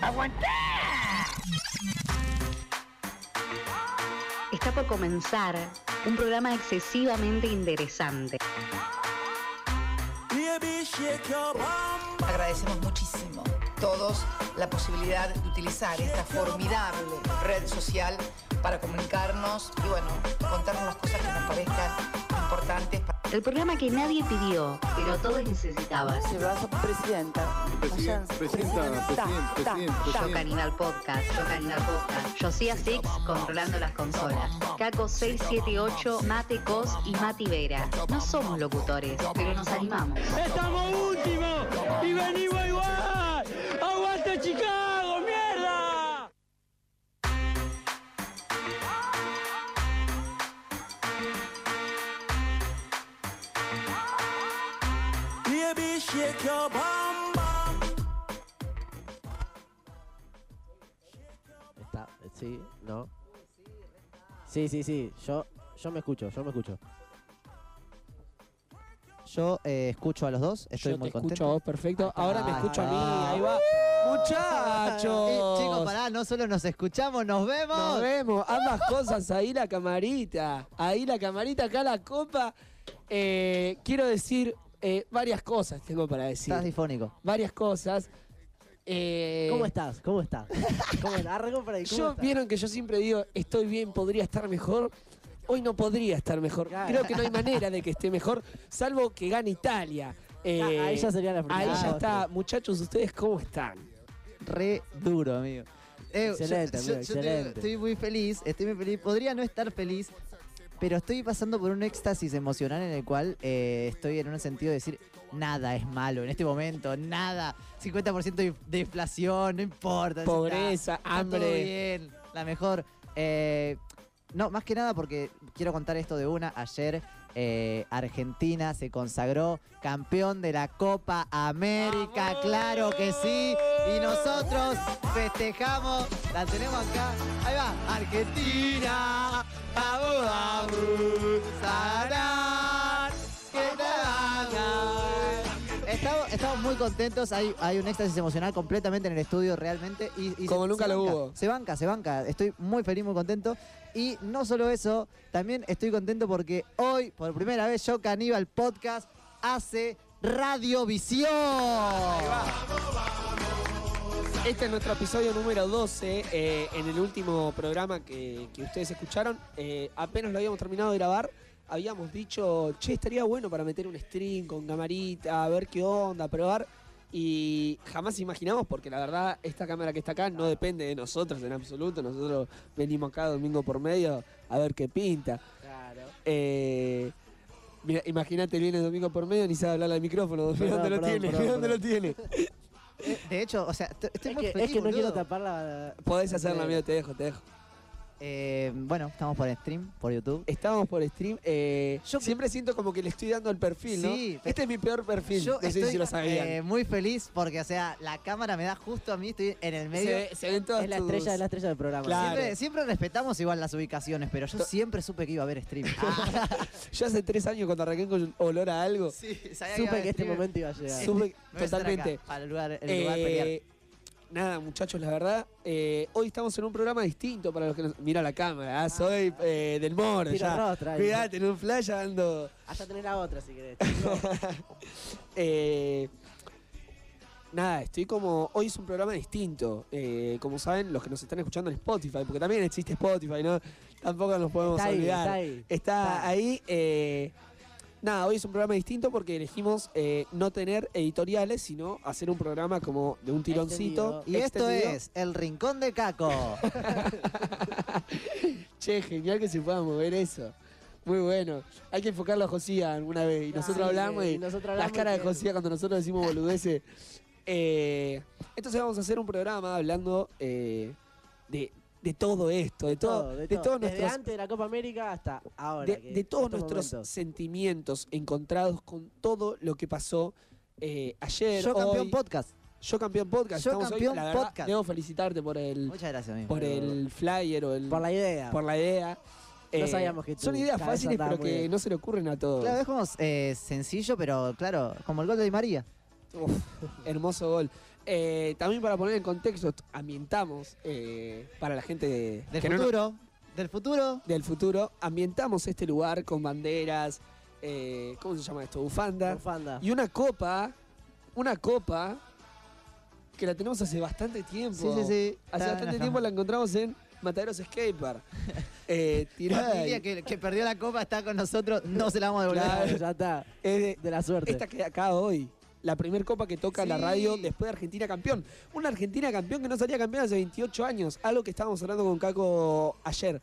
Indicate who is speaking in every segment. Speaker 1: ¡Aguanté!
Speaker 2: Está por comenzar un programa excesivamente interesante.
Speaker 3: Agradecemos muchísimo todos la posibilidad de utilizar esta formidable red social para comunicarnos y bueno, contarnos las cosas que nos parezcan importantes.
Speaker 2: El programa que nadie pidió, pero todos necesitaban.
Speaker 4: Llevazo, presidenta.
Speaker 5: Presidenta, presidenta, presidenta, presidenta,
Speaker 2: Yo
Speaker 5: presidenta.
Speaker 2: Canibal Podcast, Yo Canibal Podcast, Josía Six controlando las consolas, Caco 678, Mate Cos y Mati Vera. No somos locutores, pero nos animamos.
Speaker 6: ¡Estamos últimos! ¡Y venimos igual! ¡Aguanta Chicago, mierda!
Speaker 7: Está, sí, no. Sí, sí, sí. Yo, yo me escucho, yo me escucho.
Speaker 8: Yo eh, escucho a los dos, estoy
Speaker 6: Yo
Speaker 8: muy
Speaker 6: te escucho a
Speaker 8: contento.
Speaker 6: vos perfecto. Ahora me
Speaker 8: Ah,
Speaker 6: escucho a mí.
Speaker 8: ah.
Speaker 6: Ahí va. ¡Muchachos!
Speaker 8: Eh, chicos, pará, no solo nos escuchamos, nos vemos.
Speaker 6: Nos vemos, ambas cosas, ahí la camarita, ahí la camarita, acá la copa. Eh, quiero decir eh, varias cosas, tengo para decir.
Speaker 8: Estás difónico.
Speaker 6: Varias cosas. Eh,
Speaker 9: ¿Cómo estás? ¿Cómo estás? ¿Cómo estás? Arranco por ahí. ¿Cómo
Speaker 6: Yo,
Speaker 9: estás?
Speaker 6: vieron que yo siempre digo, estoy bien, podría estar mejor. Hoy no podría estar mejor. Creo que no hay manera de que esté mejor, salvo que gane Italia. Eh,
Speaker 9: Ah, ahí ya sería la primera.
Speaker 6: ahí ya
Speaker 9: Ah,
Speaker 6: está. Muchachos, ¿ustedes cómo están?
Speaker 8: Re duro, amigo. Eh, yo-
Speaker 9: Excelente, amigo,
Speaker 8: yo- yo te-
Speaker 9: excelente.
Speaker 8: estoy muy feliz, estoy muy feliz. Podría no estar feliz, pero estoy pasando por un éxtasis emocional en el cual eh, estoy en un sentido de decir, nada es malo en este momento, nada. 50% de de inflación, no importa. está-
Speaker 6: Pobreza,
Speaker 8: está todo
Speaker 6: hambre.
Speaker 8: bien, la mejor. Eh, no, más que nada porque quiero contar esto de una. Ayer eh, Argentina se consagró campeón de la Copa América, claro que sí. Y nosotros festejamos, la tenemos acá. Ahí va, Argentina, vamos, vamos, Sarán, que te vaya. Estamos, estamos muy contentos, hay, hay un éxtasis emocional completamente en el estudio realmente. Y, y
Speaker 6: Como nunca lo
Speaker 8: banca,
Speaker 6: hubo.
Speaker 8: Se banca, se banca. Estoy muy feliz, muy contento. Y no solo eso, también estoy contento porque hoy, por primera vez, yo Caníbal Podcast hace Radiovisión.
Speaker 6: Este es nuestro episodio número 12. eh, en el último programa que, que ustedes escucharon, eh, apenas lo habíamos terminado de grabar, habíamos dicho, che, estaría bueno para meter un stream con camarita, a ver qué onda, probar. Y jamás imaginamos, porque la verdad, esta cámara que está acá no depende de nosotros en absoluto. Nosotros venimos acá domingo por medio a ver qué pinta. Eh, mira, imagínate, viene domingo por medio, ni sabe hablar al micrófono. ¿De
Speaker 9: Perdón,
Speaker 6: dónde lo
Speaker 9: perdón,
Speaker 6: tiene?
Speaker 9: perdón,
Speaker 6: ¿De dónde lo
Speaker 9: perdón.
Speaker 6: tiene?
Speaker 8: Eh, De hecho, o sea, est- estoy
Speaker 9: Es
Speaker 8: muy
Speaker 9: que,
Speaker 8: feliz.
Speaker 9: es que no quiero
Speaker 8: boludo.
Speaker 9: tapar la.
Speaker 6: Podés hacerla, amigo, te dejo, te dejo.
Speaker 8: Eh, bueno, estamos por stream, por YouTube.
Speaker 6: Estábamos por stream. eh,
Speaker 8: Yo-
Speaker 6: siempre siento como que le estoy dando el perfil, ¿no?
Speaker 8: Sí.
Speaker 6: Este es mi peor perfil. no sé si lo sabían.
Speaker 8: eh, muy feliz porque, o sea, la cámara me da justo a mí, estoy en el medio.
Speaker 6: se, se ven todas
Speaker 9: Es la
Speaker 6: tus-
Speaker 9: estrella de la estrella del programa.
Speaker 6: Claro.
Speaker 8: Siempre, siempre respetamos igual las ubicaciones, pero yo siempre supe que iba a haber stream. Ah,
Speaker 6: Yo hace tres años cuando arranqué con olor a algo.
Speaker 8: sí, sabía iba a
Speaker 9: Supe
Speaker 8: haber
Speaker 9: que este
Speaker 8: stream.
Speaker 9: momento iba a llegar.
Speaker 6: Supe-
Speaker 8: Me voy a sentar
Speaker 6: totalmente.
Speaker 8: acá, Para el lugar, el lugar
Speaker 6: Eh,
Speaker 8: pelear.
Speaker 6: Nada, muchachos, la verdad, eh, hoy estamos en un programa distinto para los que nos... Mira la cámara, ah, soy eh, del Moro
Speaker 9: Tiro
Speaker 6: ya.
Speaker 9: rostro ahí.
Speaker 6: Cuidate, en un flash ya ando...
Speaker 9: Hasta tener a otra si querés.
Speaker 6: Eh, nada, estoy como. Hoy es un programa distinto. Eh, como saben, los que nos están escuchando en Spotify, porque también existe Spotify, ¿no? Tampoco nos podemos
Speaker 9: Está ahí,
Speaker 6: olvidar.
Speaker 9: está ahí.
Speaker 6: Está
Speaker 9: Está
Speaker 6: ahí, eh, nada, hoy es un programa distinto porque elegimos eh, no tener editoriales, sino hacer un programa como de un tironcito.
Speaker 9: Extendido.
Speaker 6: Este
Speaker 8: Y esto
Speaker 6: extendido.
Speaker 8: es El Rincón de Caco.
Speaker 6: Che, genial que se pueda mover eso. Muy bueno. Hay que enfocarlo a Josía alguna vez. Y nosotros
Speaker 9: Ah, Sí,
Speaker 6: hablamos y.
Speaker 9: nosotros
Speaker 6: Las
Speaker 9: hablamos
Speaker 6: caras de
Speaker 9: que-
Speaker 6: Josía cuando nosotros decimos boludeces. Eh, entonces vamos a hacer un programa hablando eh, de, de todo esto, de, todo, de, todos
Speaker 9: Desde
Speaker 6: nuestros,
Speaker 9: antes de la Copa América hasta ahora.
Speaker 6: de,
Speaker 9: que-
Speaker 6: de todos
Speaker 9: estos
Speaker 6: nuestros
Speaker 9: momentos.
Speaker 6: sentimientos encontrados con todo lo que pasó eh, ayer.
Speaker 8: Yo
Speaker 6: hoy.
Speaker 8: campeón podcast.
Speaker 6: Yo campeón podcast.
Speaker 8: Yo
Speaker 6: Estamos hoy,
Speaker 8: campeón
Speaker 6: la verdad,
Speaker 8: podcast.
Speaker 6: Debo felicitarte por el,
Speaker 8: Muchas gracias, amigo.
Speaker 6: por el flyer o el
Speaker 9: Por la idea.
Speaker 6: por la idea. Eh,
Speaker 9: No sabíamos que
Speaker 6: son
Speaker 9: tu
Speaker 6: ideas
Speaker 9: cabeza
Speaker 6: fáciles,
Speaker 9: andaba
Speaker 6: pero
Speaker 9: muy
Speaker 6: que
Speaker 9: bien.
Speaker 6: no se le ocurren a todos.
Speaker 8: Claro, es como eh, sencillo, pero claro, como el gol de Di María.
Speaker 6: Uf, hermoso gol. eh, también para poner en contexto, ambientamos eh, para la gente de-
Speaker 8: Del
Speaker 6: que no nos-
Speaker 8: futuro. Del futuro.
Speaker 6: del futuro, ambientamos este lugar con banderas, eh, ¿cómo se llama esto? Bufanda.
Speaker 9: Bufanda.
Speaker 6: Y una copa, una copa que la tenemos hace bastante tiempo.
Speaker 8: Sí, sí, sí.
Speaker 6: Hace
Speaker 8: Está en
Speaker 6: bastante
Speaker 8: la
Speaker 6: tiempo
Speaker 8: fama.
Speaker 6: la encontramos en Mataderos Skatepark. eh,
Speaker 8: La
Speaker 6: tirada
Speaker 8: familia
Speaker 6: ahí.
Speaker 8: que, que perdió la copa está con nosotros. No se la vamos a devolver.
Speaker 9: Claro, ya está.
Speaker 6: Es de-
Speaker 9: De la suerte.
Speaker 6: Esta que acá hoy. La primer copa que toca la
Speaker 8: Sí.
Speaker 6: radio después de Argentina campeón. Una Argentina campeón que no salía campeón hace 28 años. Algo que estábamos hablando con Caco ayer.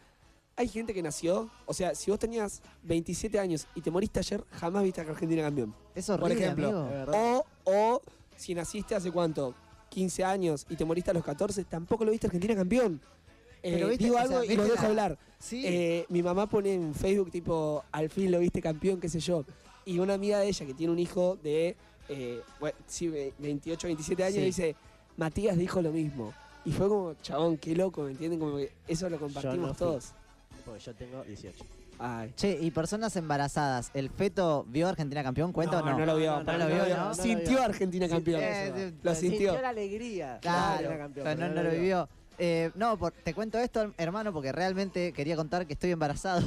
Speaker 6: Hay gente que nació, o sea, si vos tenías 27 años y te moriste ayer, jamás viste a Argentina campeón.
Speaker 8: Es horrible,
Speaker 6: Por ejemplo, eh,
Speaker 8: amigo.
Speaker 9: Es verdad.
Speaker 6: O, o si naciste hace cuánto, 15 años y te moriste a los 14, tampoco lo viste a Argentina campeón. Eh,
Speaker 8: Pero viste,
Speaker 6: digo
Speaker 8: o sea,
Speaker 6: algo y
Speaker 8: viste
Speaker 6: lo dejo
Speaker 8: la-
Speaker 6: hablar.
Speaker 8: Sí.
Speaker 6: Eh, mi mamá pone en Facebook tipo, al fin lo viste campeón, qué sé yo. Y una amiga de ella que tiene un hijo de eh, bueno, sí, ve- 28, 27 años
Speaker 8: Sí.
Speaker 6: dice, Matías dijo lo mismo. Y fue como, chabón, qué loco, ¿me entienden? Como que eso lo compartimos
Speaker 7: no fui.
Speaker 6: todos.
Speaker 7: Porque yo tengo 18.
Speaker 6: Ay.
Speaker 8: Che, y personas embarazadas. ¿El feto vio a Argentina campeón? ¿Cuenta o
Speaker 6: No, no lo vio.
Speaker 8: no lo vio, ¿no?
Speaker 6: Sintió a Argentina campeón.
Speaker 8: Eh, de-
Speaker 6: Lo sintió.
Speaker 9: Sintió la alegría.
Speaker 8: Claro,
Speaker 9: Era campeón,
Speaker 8: o sea,
Speaker 9: pero
Speaker 8: no, no lo
Speaker 9: vio.
Speaker 8: vivió. Eh, no, por- te cuento esto, hermano, porque realmente quería contar que estoy embarazado.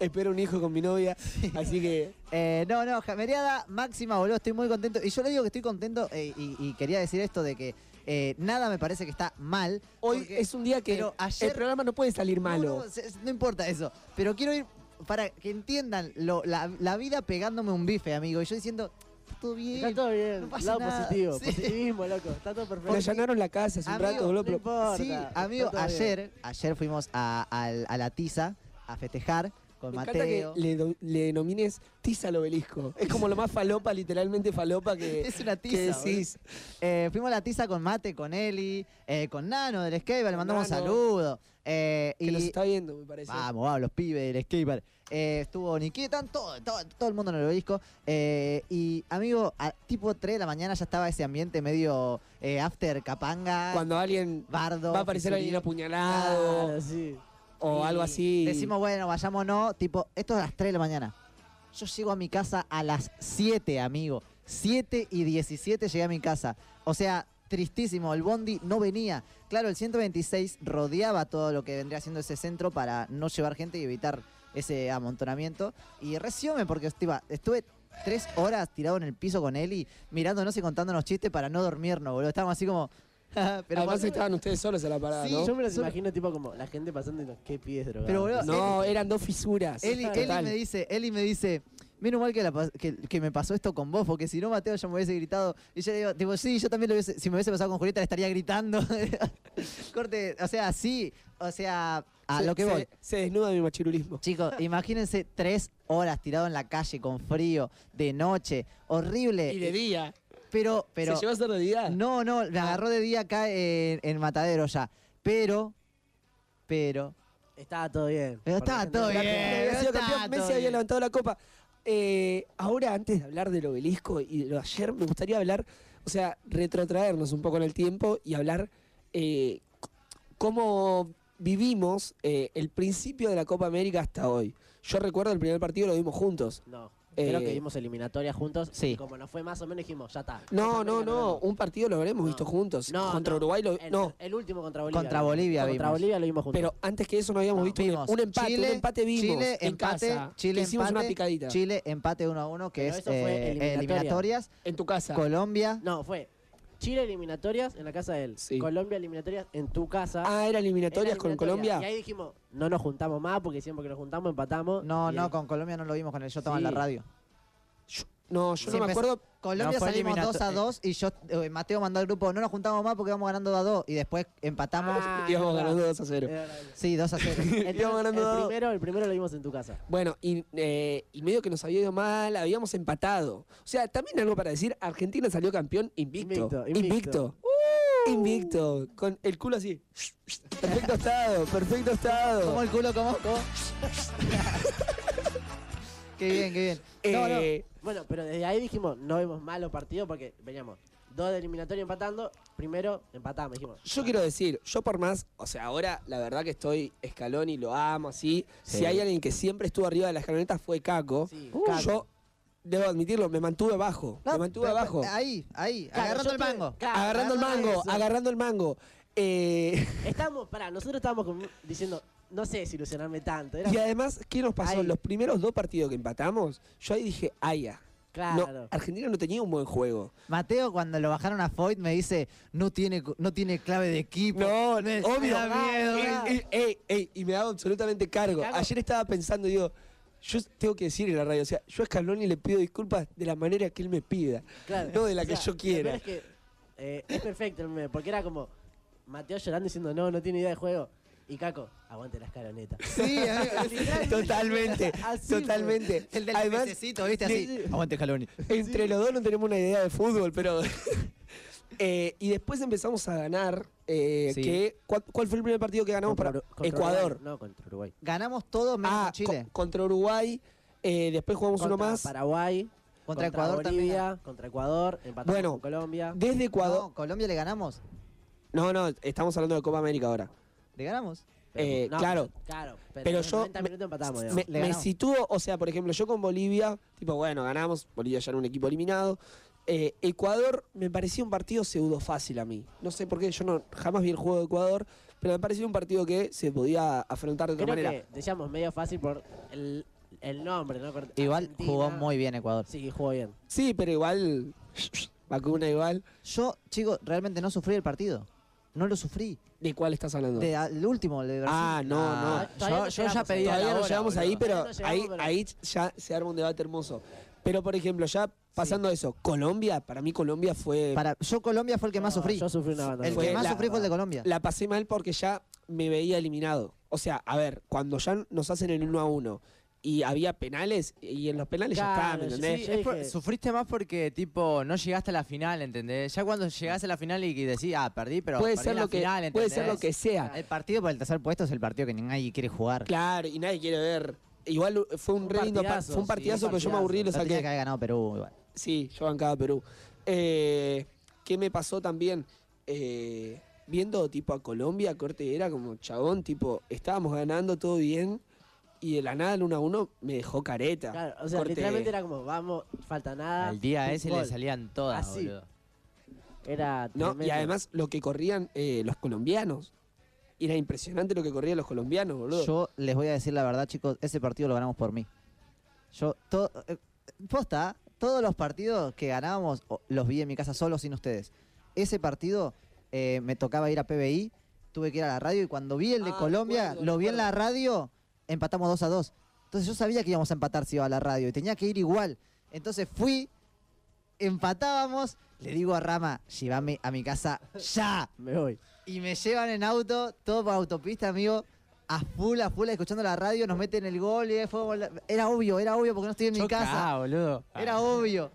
Speaker 6: Espero un hijo con mi novia. Así que
Speaker 8: Eh, no, no, Jamereada máxima, boludo, estoy muy contento. Y yo le digo que estoy contento eh, y, y quería decir esto de que eh, nada me parece que está mal.
Speaker 6: hoy
Speaker 8: porque-
Speaker 6: es un día que
Speaker 8: pero ayer-
Speaker 6: el programa no puede salir malo.
Speaker 8: No, no, se- se- no importa eso, pero quiero ir para que entiendan lo- la, la vida pegándome un bife, amigo. Y yo diciendo, "Está todo bien.
Speaker 9: Está todo bien.
Speaker 8: No pasa
Speaker 9: lado
Speaker 8: nada.
Speaker 9: positivo.
Speaker 8: Sí.
Speaker 9: Positivismo, loco. Está todo perfecto.
Speaker 6: Me allanaron la casa hace un
Speaker 8: Amigo,
Speaker 6: rato, boludo.
Speaker 9: no
Speaker 6: pero-
Speaker 9: importa.
Speaker 8: Sí,
Speaker 9: está
Speaker 8: amigo,
Speaker 9: todo bien.
Speaker 8: ayer, ayer fuimos a, al- a la tiza a festejar con
Speaker 6: Me encanta
Speaker 8: Mateo.
Speaker 6: que le, do- le denomines tiza al obelisco. Es como lo más falopa, literalmente falopa que,
Speaker 8: Es una
Speaker 6: que
Speaker 8: tiza. boludo.
Speaker 6: decís.
Speaker 8: Eh, fuimos a la tiza con Mate, con Eli, eh, con Nano del Skatebar, le
Speaker 6: Con
Speaker 8: mandamos
Speaker 6: Nano.
Speaker 8: saludos. Eh,
Speaker 6: Que nos
Speaker 8: y
Speaker 6: está viendo, me parece.
Speaker 8: vamos, vamos, los pibes del Skatebar. Eh, estuvo Nikita, todo, todo, todo el mundo en el obelisco. Eh, y amigo, a tipo 3 de la mañana ya estaba ese ambiente medio eh, after capanga,
Speaker 6: Cuando alguien
Speaker 8: bardo.
Speaker 6: va a aparecer
Speaker 8: fisurí.
Speaker 6: alguien apuñalado
Speaker 9: Claro, sí.
Speaker 6: o
Speaker 8: Y
Speaker 6: algo así.
Speaker 8: Decimos, bueno, vayámonos. Tipo, esto es a las 3 de la mañana. Yo llego a mi casa a las 7, amigo. 7 y 17 llegué a mi casa. O sea, tristísimo. El bondi no venía. Claro, el 126 rodeaba todo lo que vendría siendo ese centro para no llevar gente y evitar ese amontonamiento. Y reciome, porque estiva- estuve tres horas tirado en el piso con Eli, mirándonos y contándonos chistes para no dormirnos, boludo. Estábamos así como. pero
Speaker 6: Además
Speaker 8: cuando-
Speaker 6: estaban ustedes solos en la parada,
Speaker 8: Sí,
Speaker 6: ¿no?
Speaker 9: Yo me los
Speaker 8: Solo-
Speaker 9: imagino tipo como la gente pasando y los qué piedra.
Speaker 8: Pero, boludo,
Speaker 6: No, eran dos fisuras.
Speaker 8: Eli, Eli
Speaker 6: Total.
Speaker 8: me dice, Eli me dice, menos mal que, la pas- que, que me pasó esto con vos, porque si no Mateo ya me hubiese gritado. Y yo le digo, tipo, sí, yo también lo hubiese, si me hubiese pasado con Julieta le estaría gritando. Corte, o sea, sí, o sea, a
Speaker 6: Se-
Speaker 8: lo que
Speaker 6: se-
Speaker 8: voy.
Speaker 6: Se desnuda mi machirulismo.
Speaker 8: Chicos, imagínense tres horas tirado en la calle con frío, de noche, horrible.
Speaker 6: Y de día.
Speaker 8: Pero, Eh, pero.
Speaker 6: ¿Se llevó a ser de día?
Speaker 8: No, no, me agarró de día acá en, en Matadero ya. Pero, pero.
Speaker 9: Estaba todo bien.
Speaker 8: Pero estaba
Speaker 9: Porque-
Speaker 8: todo
Speaker 6: La
Speaker 8: bien.
Speaker 6: Argentina había
Speaker 8: no
Speaker 6: sido
Speaker 8: está
Speaker 6: campeón, Messi
Speaker 8: todo
Speaker 6: había
Speaker 8: bien.
Speaker 6: levantado la copa. Eh, ahora, antes de hablar del obelisco y de lo de ayer, me gustaría hablar, o sea, retrotraernos un poco en el tiempo y hablar eh, c- cómo vivimos eh, el principio de la Copa América hasta hoy. Yo recuerdo el primer partido lo vimos juntos.
Speaker 9: No.
Speaker 6: Eh,
Speaker 9: Creo que vimos eliminatoria juntos.
Speaker 8: Sí.
Speaker 9: y Como nos fue más o menos, dijimos, ya está.
Speaker 6: No,
Speaker 9: Esta
Speaker 6: no,
Speaker 9: América
Speaker 6: no,
Speaker 9: ganamos.
Speaker 6: un partido lo habremos
Speaker 9: No.
Speaker 6: visto juntos.
Speaker 9: No,
Speaker 6: Contra
Speaker 9: no.
Speaker 6: Uruguay lo...
Speaker 9: El,
Speaker 6: no,
Speaker 9: el último contra Bolivia.
Speaker 8: Contra Bolivia
Speaker 9: Contra
Speaker 8: vimos.
Speaker 9: Bolivia lo vimos juntos.
Speaker 6: pero antes que eso no habíamos
Speaker 8: No,
Speaker 6: visto un-
Speaker 8: vimos
Speaker 6: un empate,
Speaker 8: Chile,
Speaker 6: un empate vimos
Speaker 8: Chile,
Speaker 6: en
Speaker 8: empate,
Speaker 6: casa.
Speaker 8: Chile,
Speaker 6: Hicimos
Speaker 8: empate,
Speaker 6: una picadita
Speaker 8: Chile empate 1 a 1, que
Speaker 9: Pero
Speaker 8: es
Speaker 9: eso fue
Speaker 8: eh,
Speaker 9: eliminatoria.
Speaker 8: eliminatorias.
Speaker 6: en tu casa.
Speaker 8: Colombia.
Speaker 9: No, fue Chile eliminatorias en la casa de él.
Speaker 6: Sí.
Speaker 9: Colombia eliminatorias en tu casa.
Speaker 6: Ah, era eliminatorias
Speaker 9: Era
Speaker 6: con
Speaker 9: eliminatoria.
Speaker 6: Colombia.
Speaker 9: Y ahí dijimos, no nos juntamos más porque siempre que nos juntamos empatamos.
Speaker 8: No,
Speaker 9: Y
Speaker 8: no,
Speaker 9: ahí-
Speaker 8: con Colombia no lo vimos con el yo estaba en la
Speaker 9: Sí.
Speaker 8: radio.
Speaker 6: Yo- No, yo
Speaker 8: Sí,
Speaker 6: no me
Speaker 8: empezó-
Speaker 6: acuerdo.
Speaker 7: No,
Speaker 8: Colombia
Speaker 7: fue
Speaker 8: salimos 2 a
Speaker 7: eliminato-
Speaker 8: 2 y yo eh, Mateo mandó al grupo, no nos juntamos más porque vamos ganando 2 a 2 y después empatamos.
Speaker 9: verdad.
Speaker 6: íbamos ganando 2 a 0.
Speaker 9: Era-
Speaker 8: Sí, 2 a 0.
Speaker 9: Entonces,
Speaker 6: íbamos ganando
Speaker 9: el,
Speaker 6: dos.
Speaker 9: primero, el primero lo vimos en tu casa.
Speaker 6: Bueno, y, eh, y medio que nos había ido mal, habíamos empatado. O sea, también algo para decir, Argentina salió campeón invicto.
Speaker 9: Invicto, invicto.
Speaker 6: Invicto. Invicto. Con el culo así. Uh. Perfecto estado, perfecto
Speaker 8: como
Speaker 6: estado.
Speaker 8: el culo como como. qué bien, qué bien. No, no.
Speaker 6: Eh,
Speaker 9: Bueno, pero desde ahí dijimos, no vemos mal los partidos porque veníamos dos de eliminatoria empatando, primero empatamos, dijimos.
Speaker 6: Yo quiero decir, yo por más, o sea, ahora la verdad que estoy escalón y lo amo así.
Speaker 8: Sí.
Speaker 6: Si hay alguien que siempre estuvo arriba de las escaloneta fue Caco.
Speaker 9: Sí,
Speaker 6: Uh, Yo debo admitirlo, me mantuve abajo. me mantuve
Speaker 8: pero-
Speaker 6: abajo.
Speaker 8: Ahí, ahí,
Speaker 9: Claro,
Speaker 8: agarrando
Speaker 9: yo
Speaker 8: el
Speaker 9: tuve-
Speaker 8: mango.
Speaker 9: claro,
Speaker 6: agarrando el
Speaker 9: agarrando
Speaker 6: mango,
Speaker 9: eso.
Speaker 6: agarrando el mango. Eh,
Speaker 9: Estamos, pará, nosotros estábamos como diciendo, no sé si ilusionarme tanto. Era,
Speaker 6: y además, ¿qué nos pasó?
Speaker 9: Ahí.
Speaker 6: Los primeros dos partidos que empatamos, yo ahí dije, Aya. No,
Speaker 9: claro.
Speaker 6: Argentina no tenía un buen juego.
Speaker 8: Mateo, cuando lo bajaron a Foyt, me dice, no tiene, no tiene clave de equipo.
Speaker 6: No,
Speaker 8: Me-
Speaker 6: obvio. Ah,
Speaker 8: me da miedo.
Speaker 6: Y- y- ey, ey, y me da absolutamente cargo.
Speaker 9: Cargo.
Speaker 6: Ayer estaba pensando, digo, yo tengo que decir en la radio, o sea, yo a Scaloni le pido disculpas de la manera que él me pida.
Speaker 9: Claro.
Speaker 6: No de la
Speaker 9: O
Speaker 6: que
Speaker 9: sea,
Speaker 6: yo quiera.
Speaker 9: lo peor Es, que, eh, es perfecto el meme, porque era como Mateo llorando diciendo, no, no tiene idea de juego. Y Caco, aguante la escaloneta.
Speaker 8: Sí, amigo.
Speaker 6: Totalmente,
Speaker 9: Así fue.
Speaker 6: totalmente.
Speaker 8: El del
Speaker 6: Además,
Speaker 8: pececito, ¿viste? Así.
Speaker 6: Sí.
Speaker 8: Aguante, Jaloni.
Speaker 6: entre los dos no tenemos una idea de fútbol, pero... Eh, y después empezamos a ganar. eh,
Speaker 8: Sí.
Speaker 6: que, ¿cuál, cuál fue el primer partido que ganamos
Speaker 9: Contra
Speaker 6: para
Speaker 9: Uru- contra
Speaker 6: Ecuador?
Speaker 9: Uruguay, no, contra Uruguay.
Speaker 8: Ganamos todos menos
Speaker 6: Ah,
Speaker 8: con Chile.
Speaker 6: co- contra Uruguay. eh, después jugamos uno
Speaker 9: Contra
Speaker 6: más.
Speaker 9: Paraguay.
Speaker 8: Contra Ecuador
Speaker 9: Bolivia,
Speaker 8: también.
Speaker 9: Contra Ecuador, empatamos
Speaker 6: Bueno,
Speaker 9: con Colombia.
Speaker 6: Desde Ecuador.
Speaker 8: No, Colombia le ganamos.
Speaker 6: No, no, estamos hablando de Copa América ahora.
Speaker 8: Le ganamos.
Speaker 6: eh, claro.
Speaker 9: Claro, pero,
Speaker 6: Pero
Speaker 9: en
Speaker 6: yo
Speaker 9: 90
Speaker 6: me-
Speaker 9: minutos empatamos.
Speaker 6: Me,
Speaker 9: digamos.
Speaker 8: Le
Speaker 6: me
Speaker 8: ganamos.
Speaker 6: sitúo, o sea, por ejemplo, yo con Bolivia, tipo, bueno, ganamos, Bolivia ya era un equipo eliminado. Eh, Ecuador me parecía un partido pseudo fácil a mí. No sé por qué, yo no jamás vi el juego de Ecuador, pero me parecía un partido que se podía afrontar de otra
Speaker 9: Creo
Speaker 6: manera.
Speaker 9: que decíamos medio fácil por el, el nombre, ¿no? Por
Speaker 8: Igual
Speaker 9: Argentina.
Speaker 8: jugó muy bien Ecuador.
Speaker 9: Sí, jugó bien.
Speaker 6: Sí, pero igual, vacuna igual.
Speaker 8: Yo, chicos, realmente no sufrí el partido. No lo sufrí.
Speaker 6: ¿De cuál estás hablando?
Speaker 8: De- al último, el de Brasil.
Speaker 6: Ah, no, no.
Speaker 9: Todavía no
Speaker 8: yo yo ya
Speaker 9: llegamos,
Speaker 8: pedí.
Speaker 9: eh.
Speaker 8: a la
Speaker 6: Todavía no
Speaker 8: hora,
Speaker 6: llegamos ahí,
Speaker 8: boludo.
Speaker 6: pero
Speaker 9: Todavía no llegamos,
Speaker 6: ahí,
Speaker 9: pero-
Speaker 6: ahí ya se arma un debate hermoso. Pero, por ejemplo, ya pasando eso, Colombia, para mí Colombia fue...
Speaker 8: Para, yo Colombia fue el que más
Speaker 9: No,
Speaker 8: sufrí.
Speaker 9: Yo sufrí una banda.
Speaker 8: el
Speaker 6: fue
Speaker 8: que más
Speaker 6: la-
Speaker 8: sufrí fue el de Colombia.
Speaker 6: La pasé mal porque ya me veía eliminado. O sea, a ver, cuando ya nos hacen el 1 a 1 y había penales, y en los penales ya está,
Speaker 9: Claro,
Speaker 6: ¿me
Speaker 9: yo-
Speaker 6: entendés?
Speaker 9: sí,
Speaker 1: Es por-
Speaker 9: dije-
Speaker 1: sufriste más porque, tipo, no llegaste a la final, ¿entendés? Ya cuando llegás a la final y, y decís, ah, perdí, pero
Speaker 6: puede
Speaker 1: perdí
Speaker 6: ser
Speaker 1: la
Speaker 6: lo que
Speaker 1: final,
Speaker 6: puede ser lo que
Speaker 1: ¿entendés?
Speaker 6: sea.
Speaker 8: El partido por el tercer puesto es el partido que nadie quiere jugar.
Speaker 6: Claro, y nadie quiere ver. Igual uh, fue un,
Speaker 9: Un
Speaker 6: re lindo par-
Speaker 9: partidazo,
Speaker 6: fue un
Speaker 9: sí,
Speaker 6: partidazo,
Speaker 9: un
Speaker 6: pero yo me
Speaker 9: partidazo.
Speaker 6: aburrí y lo
Speaker 8: Lo tenía que
Speaker 6: saqué.
Speaker 8: haber ganado Perú. igual.
Speaker 6: Sí, yo bancaba a Perú. Eh, ¿Qué me pasó también? Eh, viendo tipo a Colombia, corte era como chabón, tipo, estábamos ganando todo bien y de la nada el 1 a 1 me dejó careta.
Speaker 9: Claro, o sea,
Speaker 6: Corte,
Speaker 9: literalmente era como, vamos, falta nada.
Speaker 1: Al día
Speaker 9: un
Speaker 1: ese
Speaker 9: gol.
Speaker 1: le salían todas,
Speaker 9: Así.
Speaker 1: boludo.
Speaker 9: Era
Speaker 6: No, y
Speaker 9: tremendo.
Speaker 6: además lo que corrían eh, los colombianos. Era impresionante lo que corrían los colombianos, boludo.
Speaker 8: Yo les voy a decir la verdad, chicos, ese partido lo ganamos por mí. Yo, to- eh, posta, todos los partidos que ganábamos o- los vi en mi casa solo sin ustedes. Ese partido eh, me tocaba ir a PBI, tuve que ir a la radio y cuando vi el de
Speaker 6: Ah,
Speaker 8: Colombia,
Speaker 6: recuerdo,
Speaker 8: lo vi en la
Speaker 6: recuerdo.
Speaker 8: radio, empatamos 2 a 2. Entonces yo sabía que íbamos a empatar si iba a la radio y tenía que ir igual. Entonces fui, empatábamos, le digo a Rama, llévame a mi casa ya
Speaker 9: Me voy.
Speaker 8: y me llevan en auto, todo por autopista, amigo, a full, a full, escuchando la radio, nos meten el gol y ahí fue vol- Era obvio, era obvio porque no estoy en mi
Speaker 1: Choca,
Speaker 8: casa.
Speaker 1: boludo.
Speaker 8: Era obvio.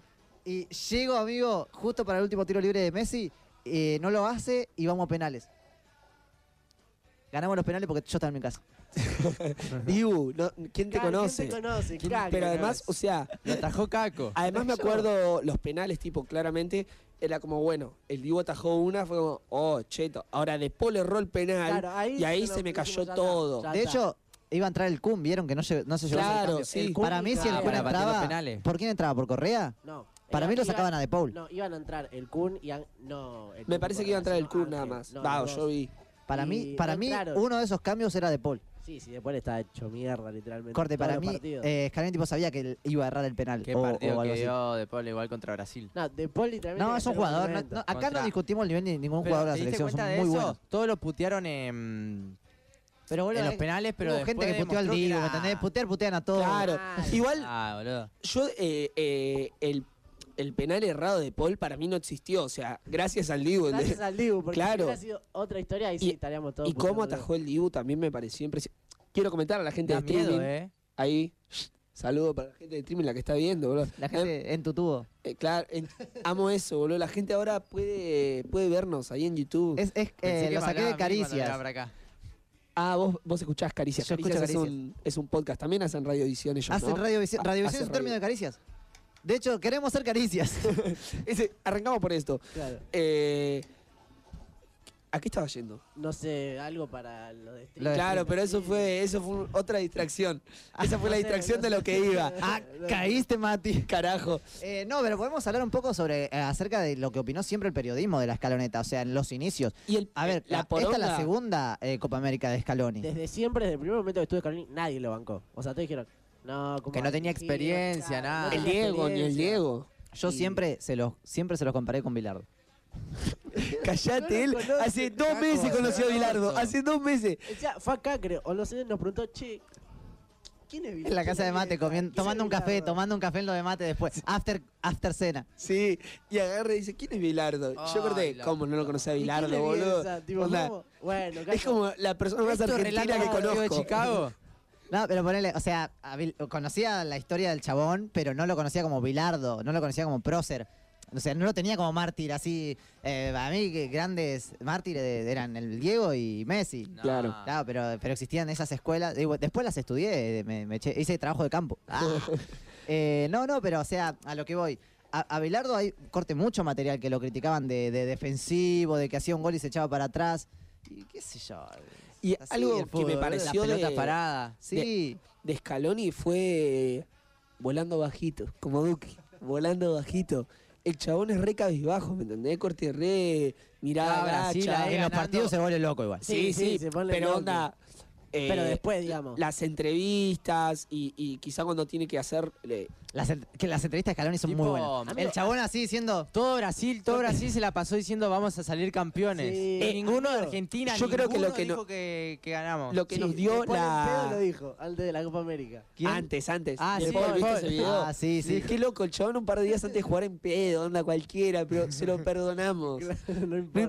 Speaker 8: Y llego, amigo, justo para el último tiro libre de Messi, eh, no lo hace y vamos a penales. Ganamos los penales porque yo estaba en mi casa.
Speaker 6: Dibu, no, ¿quién te
Speaker 9: Claro,
Speaker 6: conoce?
Speaker 9: ¿Quién te conoce? Crack,
Speaker 6: Pero
Speaker 9: te
Speaker 6: además,
Speaker 9: conoce.
Speaker 6: o sea,
Speaker 1: Lo atajó Caco.
Speaker 6: Además me acuerdo los penales, tipo, claramente era como, bueno, el Divo atajó una, fue como, oh, cheto. Ahora Depol erró el penal
Speaker 9: Claro, ahí
Speaker 6: y ahí
Speaker 9: yo
Speaker 6: se
Speaker 9: no-
Speaker 6: me
Speaker 9: yo como, ya
Speaker 6: cayó
Speaker 9: está,
Speaker 6: todo.
Speaker 9: ya
Speaker 8: De
Speaker 9: está.
Speaker 8: hecho, iba a entrar el Kun, vieron que no, se, no se llevó
Speaker 6: Claro,
Speaker 8: el cambio. Eh,
Speaker 6: sí.
Speaker 9: El Kun
Speaker 8: Para mí, si el
Speaker 9: entraba-
Speaker 1: Ah,
Speaker 8: Kun
Speaker 1: para patear los
Speaker 8: entraba.
Speaker 1: penales.
Speaker 8: ¿Por quién entraba? ¿Por Correa?
Speaker 9: No,
Speaker 8: Para
Speaker 9: era-
Speaker 8: mí lo
Speaker 9: iba-
Speaker 8: sacaban a De Paul.
Speaker 9: No, iban a entrar el Kun y. an- No. el
Speaker 6: Me
Speaker 9: Kun
Speaker 6: parece
Speaker 9: con
Speaker 6: que iba a entrar el
Speaker 9: Racing,
Speaker 6: Kun nada
Speaker 9: Ángel.
Speaker 6: más.
Speaker 9: Ah, No,
Speaker 6: Vao,
Speaker 9: los
Speaker 6: yo
Speaker 9: dos.
Speaker 6: vi.
Speaker 8: Para
Speaker 9: Y
Speaker 8: mí, para
Speaker 9: no
Speaker 8: mí
Speaker 9: entraron.
Speaker 8: uno de esos cambios era De Paul.
Speaker 9: Sí, sí, después está hecho mierda, literalmente.
Speaker 8: Corte,
Speaker 9: todos
Speaker 8: para
Speaker 9: los
Speaker 8: mí,
Speaker 9: partidos.
Speaker 8: eh, Scaloni tipo sabía que él iba a errar el penal.
Speaker 1: Qué
Speaker 8: o, o
Speaker 1: partido
Speaker 8: algo
Speaker 1: que
Speaker 8: así.
Speaker 1: dio de Pablo igual contra Brasil.
Speaker 9: No, De Paul literalmente.
Speaker 8: No, es un
Speaker 9: era
Speaker 8: jugador. no-
Speaker 9: momento.
Speaker 8: no, acá
Speaker 1: Contra-
Speaker 8: no discutimos el nivel de ningún
Speaker 1: Pero,
Speaker 8: jugador de la
Speaker 1: ¿te diste
Speaker 8: selección. Son
Speaker 1: cuenta de
Speaker 8: muy
Speaker 1: eso?
Speaker 8: buenos.
Speaker 1: Todos lo putearon en,
Speaker 8: Pero
Speaker 1: en los penales, pero
Speaker 8: hubo gente
Speaker 1: después
Speaker 8: que puteó al
Speaker 1: demostró
Speaker 8: Divo,
Speaker 1: era-
Speaker 8: ¿me entendés? Putear, putean a todos.
Speaker 6: Claro.
Speaker 9: Mal.
Speaker 6: Igual
Speaker 1: Ah, boludo.
Speaker 6: yo, eh, eh, el, el penal errado de Paul para mí no existió. O sea, gracias al Divo.
Speaker 9: Gracias al Dibu, porque
Speaker 6: Claro.
Speaker 9: si hubiera sido otra historia, ahí sí
Speaker 6: Y-
Speaker 9: estaríamos todos.
Speaker 6: Y cómo
Speaker 9: puteando.
Speaker 6: atajó el Dibu también me pareció impresionante. Quiero comentar a la gente
Speaker 1: Da
Speaker 6: de streaming.
Speaker 1: miedo, eh.
Speaker 6: Ahí, saludo para la gente de streaming, la que está viendo, bro.
Speaker 8: La gente en tu tubo.
Speaker 6: Eh, claro, en- amo eso, boludo. La gente ahora puede, puede vernos ahí en YouTube.
Speaker 8: Es, es,
Speaker 1: Pensé
Speaker 8: eh,
Speaker 1: que
Speaker 8: lo saqué
Speaker 1: hablaba
Speaker 8: de
Speaker 1: a mí cuando hablaba
Speaker 8: caricias.
Speaker 1: para acá.
Speaker 6: Ah, vos, vos escuchás Caricias.
Speaker 8: Yo
Speaker 6: Caricias,
Speaker 8: escucho
Speaker 6: Es, un, es un podcast. También hacen radioedición ellos,
Speaker 8: Hacen
Speaker 6: ¿no?
Speaker 8: radiovisión.
Speaker 6: Ha- hacen
Speaker 8: Radiovisión es un término
Speaker 6: radio.
Speaker 8: de caricias. De hecho, queremos ser caricias.
Speaker 6: Ese- arrancamos por esto.
Speaker 9: Claro.
Speaker 6: Eh, ¿A qué estaba yendo?
Speaker 9: No sé, algo para lo de este- streaming.
Speaker 8: Lo de este-
Speaker 6: Claro, pero eso fue, eso fue un- otra distracción. Esa fue la distracción de lo que iba.
Speaker 8: Ah, caíste, Mati.
Speaker 6: Carajo.
Speaker 8: Eh, no, pero podemos hablar un poco sobre eh, acerca de lo que opinó siempre el periodismo de la escaloneta, o sea, en los inicios.
Speaker 6: Y el,
Speaker 1: Eh,
Speaker 8: A ver, la- esta es la
Speaker 6: poronga-
Speaker 8: segunda eh, Copa América de Scaloni.
Speaker 9: Desde siempre, desde el primer momento que estuve con él, nadie lo bancó. O sea, todos dijeron, no, ¿cómo
Speaker 1: Que
Speaker 9: va a
Speaker 1: no tenía
Speaker 9: dirigir?
Speaker 1: experiencia,
Speaker 9: Claro,
Speaker 1: nada.
Speaker 9: no
Speaker 6: El
Speaker 9: tenía
Speaker 6: Diego, ni el
Speaker 9: experiencia.
Speaker 6: Diego.
Speaker 8: Yo
Speaker 6: Y-
Speaker 8: siempre se los siempre se los comparé con Bilardo.
Speaker 6: Callate, él. Hace dos meses conoció a Bilardo. Hace dos meses.
Speaker 9: O sea, Eh, fue acá, creo. O no sé, nos preguntó, che, ¿quién es Bilardo?
Speaker 8: En la casa de
Speaker 9: ¿Quién
Speaker 8: mate,
Speaker 9: es Bilardo? ¿Quién
Speaker 8: comiendo-
Speaker 9: es
Speaker 8: tomando un café,
Speaker 9: Bilardo?
Speaker 8: tomando un café en lo de mate después. After, after cena.
Speaker 6: Sí, y agarra y dice, ¿quién es Bilardo? Yo corté,
Speaker 1: Ay, la
Speaker 6: ¿cómo no lo conocía a
Speaker 9: ¿Y quién
Speaker 6: Bilardo,
Speaker 9: es
Speaker 6: boludo?
Speaker 9: Bielsa? Tipo,
Speaker 6: Onda,
Speaker 9: ¿cómo? Bueno,
Speaker 6: es
Speaker 9: Caco,
Speaker 6: como la persona más argentina que
Speaker 1: de
Speaker 6: conozco.
Speaker 1: Chicago?
Speaker 8: No, pero ponele, o sea, a Bil- conocía la historia del chabón, pero no lo conocía como Bilardo, no lo conocía como prócer. O sea, no lo tenía como mártir así. Eh, para mí, que grandes mártires de- eran el Diego y Messi.
Speaker 6: Claro.
Speaker 8: Claro, pero, pero existían esas escuelas. Digo, después las estudié, eh, me, me eché- hice trabajo de campo. Ah. Eh, no, no, pero o sea, a lo que voy. A, a Bilardo hay corte mucho material que lo criticaban de, de defensivo, de que hacía un gol y se echaba para atrás. Y qué sé yo.
Speaker 6: Y
Speaker 8: Así
Speaker 6: algo
Speaker 8: el
Speaker 6: que
Speaker 8: fútbol,
Speaker 6: me
Speaker 8: las
Speaker 6: pareció
Speaker 1: Las pelotas
Speaker 6: de,
Speaker 1: paradas.
Speaker 8: Sí.
Speaker 6: de Scaloni fue volando bajito, como Duque, volando bajito. El chabón es re cabizbajo, ¿me entendés? Corte re mirada
Speaker 1: Ah, Brasil,
Speaker 6: gacha.
Speaker 1: ahí
Speaker 8: en los
Speaker 1: ganando.
Speaker 8: partidos se vuelve loco igual.
Speaker 6: Sí, sí,
Speaker 9: Sí, sí, se pone
Speaker 6: pero
Speaker 9: loco.
Speaker 6: onda... eh,
Speaker 9: Pero después, digamos.
Speaker 6: Las entrevistas y, y quizá cuando tiene que hacer... eh,
Speaker 8: Las, en- que las entrevistas de Scaloni son
Speaker 1: Tipo,
Speaker 8: muy buenas.
Speaker 1: amigo, ah.
Speaker 8: el chabón así diciendo.
Speaker 1: Todo Brasil, todo Brasil se la pasó diciendo vamos a salir campeones.
Speaker 9: Sí,
Speaker 8: Eh,
Speaker 1: Y ninguno de
Speaker 9: amigo.
Speaker 1: Argentina,
Speaker 6: Yo creo que
Speaker 1: ninguno
Speaker 6: lo que no-
Speaker 1: dijo que, que ganamos.
Speaker 6: lo que
Speaker 9: Sí,
Speaker 6: nos dio
Speaker 9: después del
Speaker 6: la...
Speaker 9: pedo lo dijo, antes de la Copa América.
Speaker 1: ¿Quién?
Speaker 6: Antes, antes.
Speaker 1: Ah,
Speaker 6: Del
Speaker 1: sí,
Speaker 6: Paul,
Speaker 1: del
Speaker 6: ¿viste
Speaker 1: Paul.
Speaker 6: ese video?
Speaker 8: Ah, sí, sí.
Speaker 6: Sí, qué loco, el chabón un par de días antes de jugar en pedo, onda cualquiera, pero se lo perdonamos.
Speaker 9: no
Speaker 6: No
Speaker 9: importa.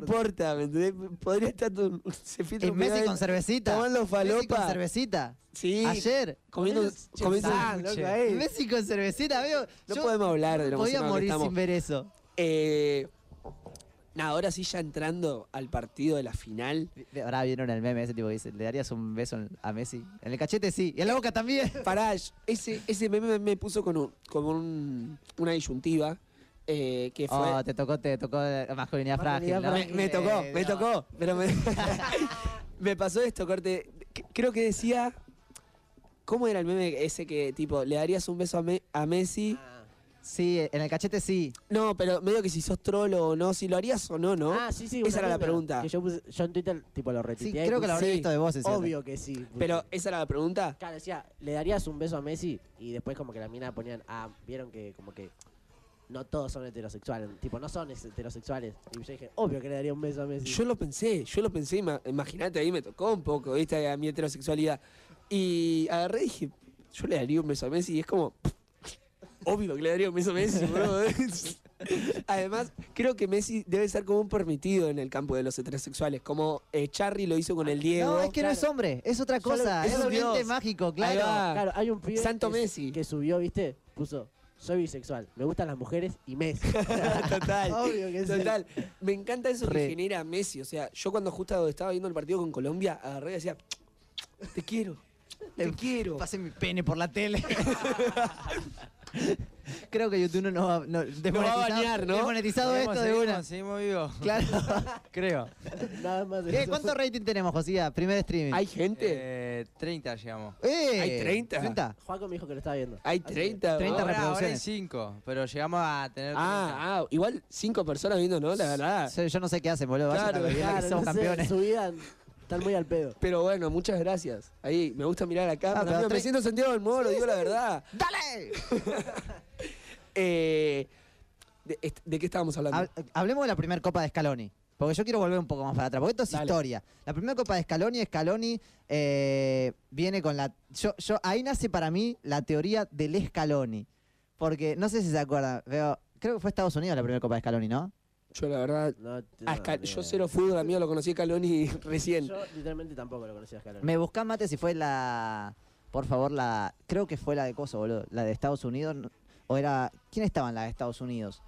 Speaker 6: importa, ¿me entendés? Podría estar tu- se filtra
Speaker 8: Y
Speaker 6: un
Speaker 8: Eh, Messi
Speaker 6: penal,
Speaker 8: con cervecita.
Speaker 6: tomando
Speaker 8: Messi con
Speaker 6: falopa.
Speaker 8: cervecita.
Speaker 6: Sí,
Speaker 8: Ayer.
Speaker 6: comiendo,
Speaker 9: Che,
Speaker 6: comiendo-
Speaker 9: ah, loco, ahí.
Speaker 8: Messi con cervecita, veo.
Speaker 6: No
Speaker 8: yo
Speaker 6: podemos hablar de lo
Speaker 8: podía
Speaker 6: emocionado que
Speaker 8: morir
Speaker 6: estamos.
Speaker 8: sin ver eso.
Speaker 6: Eh, nada, ahora sí ya entrando al partido de la final.
Speaker 8: Ahora vieron el meme ese tipo que dice, ¿le darías un beso en- a Messi? En el cachete sí, y en la boca también.
Speaker 6: Pará, ese, ese meme me puso con, un- con un- una disyuntiva eh, que fue...
Speaker 8: Oh, te tocó, te tocó eh, masculinidad frágil.
Speaker 9: Masculinidad
Speaker 8: ¿no?
Speaker 6: Me, me
Speaker 8: Eh,
Speaker 6: tocó,
Speaker 8: no.
Speaker 6: me tocó. Pero me, me pasó esto, corte. C- Creo que decía. ¿Cómo era el meme ese que, tipo, le darías un beso a, Me- a Messi?
Speaker 8: Sí, en el cachete sí.
Speaker 6: No, pero medio que si sos trolo o no, si lo harías o no, ¿no?
Speaker 9: Ah, sí, sí. una
Speaker 6: Esa era la
Speaker 9: meme
Speaker 6: pregunta.
Speaker 9: que yo, puse- yo en Twitter, tipo, lo
Speaker 8: Sí,
Speaker 9: retuiteé. y
Speaker 8: creo que lo habré
Speaker 6: sí.
Speaker 8: visto de vos.
Speaker 9: puse,
Speaker 8: ese otro.
Speaker 9: Obvio que sí. puse.
Speaker 6: Pero esa era la pregunta.
Speaker 9: Claro, decía, le darías un beso a Messi y después como que la mina ponían, ah, vieron que como que no todos son heterosexuales, tipo, no son es- heterosexuales. Y yo dije, obvio que le daría un beso a Messi.
Speaker 6: Yo lo pensé, yo lo pensé, ima- imagínate, ahí me tocó un poco, ¿viste? A mi heterosexualidad. Y agarré y dije, yo le daría un beso a Messi y es como, obvio que le daría un beso a Messi, bro. Además, creo que Messi debe ser como un permitido en el campo de los heterosexuales, como eh, Charry lo hizo con el Diego.
Speaker 8: No, es que no es hombre, es otra
Speaker 9: Solo-
Speaker 8: cosa.
Speaker 6: es
Speaker 8: Es
Speaker 6: un
Speaker 8: un ente
Speaker 6: dios.
Speaker 8: mágico,
Speaker 6: Ahí
Speaker 8: claro.
Speaker 6: va.
Speaker 9: claro, hay un pibe
Speaker 6: Santo
Speaker 9: que, su-
Speaker 6: Messi.
Speaker 9: que subió, viste, puso, soy bisexual, me gustan las mujeres y Messi.
Speaker 6: Total.
Speaker 9: obvio que sí.
Speaker 6: Total, me encanta eso que
Speaker 8: Re.
Speaker 6: genera Messi. O sea, yo cuando justo estaba viendo el partido con Colombia, agarré y decía, te quiero, te quiero.
Speaker 8: Pasé mi pene por la tele. Creo que YouTube no va, no, desmonetizado-
Speaker 6: bañar, ¿no?
Speaker 8: Desmonetizado
Speaker 1: Seguimos,
Speaker 8: esto de
Speaker 1: seguimos,
Speaker 8: una.
Speaker 1: Seguimos vivos,
Speaker 8: Claro.
Speaker 1: creo.
Speaker 9: Nada más
Speaker 8: ¿Qué,
Speaker 9: eso.
Speaker 8: ¿Cuánto rating tenemos, Josía? Primer streaming.
Speaker 6: Hay gente,
Speaker 1: Eh, 30 llegamos.
Speaker 8: ¡Eh!
Speaker 6: hay 30.
Speaker 8: ¿30?
Speaker 9: Juaco me dijo que lo estaba viendo.
Speaker 6: hay
Speaker 9: Así que-
Speaker 6: 30.
Speaker 8: 30
Speaker 6: ¿no?
Speaker 1: ahora, ahora hay
Speaker 8: reproducciones.
Speaker 1: 5, pero llegamos a tener 30.
Speaker 6: Ah, ah, igual cinco personas viendo, ¿no? La verdad.
Speaker 8: Yo, yo no sé qué hacen, boludo. Vayan
Speaker 6: Claro,
Speaker 8: a ver,
Speaker 9: Claro,
Speaker 8: que somos
Speaker 9: no sé,
Speaker 8: campeones.
Speaker 9: su vida están muy al pedo.
Speaker 6: Pero bueno, muchas gracias. Ahí, me gusta mirar acá.
Speaker 8: Ah, pero
Speaker 6: me
Speaker 8: tres-
Speaker 6: siento Santiago del Moro, digo la verdad.
Speaker 8: ¡Dale!
Speaker 6: Eh, de, est- ¿de qué estábamos hablando?
Speaker 8: Hab- hablemos de la primera Copa de Scaloni. Porque yo quiero volver un poco más para atrás, porque esto es
Speaker 6: Dale.
Speaker 8: historia. La primera Copa de Scaloni, Scaloni eh, viene con la... Yo, yo, ahí nace para mí la teoría del Scaloni. Porque, no sé si se acuerdan, veo, creo que fue Estados Unidos la primera Copa de Scaloni, ¿no?
Speaker 6: yo la verdad,
Speaker 9: No, t-
Speaker 6: a
Speaker 9: no,
Speaker 6: Scal-
Speaker 9: ni
Speaker 6: yo
Speaker 9: idea.
Speaker 6: cero fútbol, amigo, lo conocí a Caloni recién.
Speaker 9: Yo literalmente tampoco lo conocía a Scaloni.
Speaker 8: Me buscá, Mate, si fue la... Por favor, la... Creo que fue la de Coso, boludo. La de Estados Unidos. no- O era... ¿Quién estaba en la de Estados Unidos?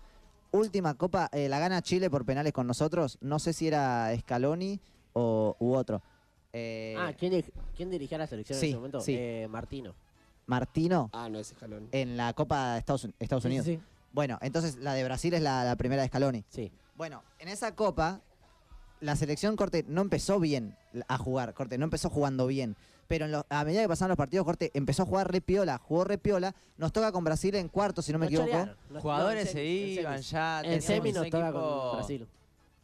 Speaker 8: Última Copa, eh, la gana Chile por penales con nosotros. No sé si era Scaloni o, u otro. Eh,
Speaker 9: Ah, ¿quién, di- quién dirigía la selección
Speaker 8: Sí,
Speaker 9: en ese momento?
Speaker 8: sí.
Speaker 9: Eh, Martino.
Speaker 8: Martino
Speaker 6: Ah, no, ese Caloni.
Speaker 8: en la Copa de Estados, Estados Unidos.
Speaker 9: Sí, sí,
Speaker 8: Bueno, entonces la de Brasil es la, la primera de Scaloni.
Speaker 9: sí.
Speaker 8: Bueno, en esa Copa la selección, corte, no empezó bien a jugar, corte, no empezó jugando bien. Pero en los- a medida que pasaron los partidos, corte, empezó a jugar re piola, jugó re piola. Nos toca con Brasil en cuarto, si no me equivoco.
Speaker 9: chorearon. No-
Speaker 1: Jugadores
Speaker 9: no, en
Speaker 1: se
Speaker 9: semis, en
Speaker 1: iban
Speaker 9: semis.
Speaker 1: ya.
Speaker 9: En
Speaker 1: teníamos
Speaker 9: semi
Speaker 1: un
Speaker 9: nos toca
Speaker 1: equipo
Speaker 9: con Brasil.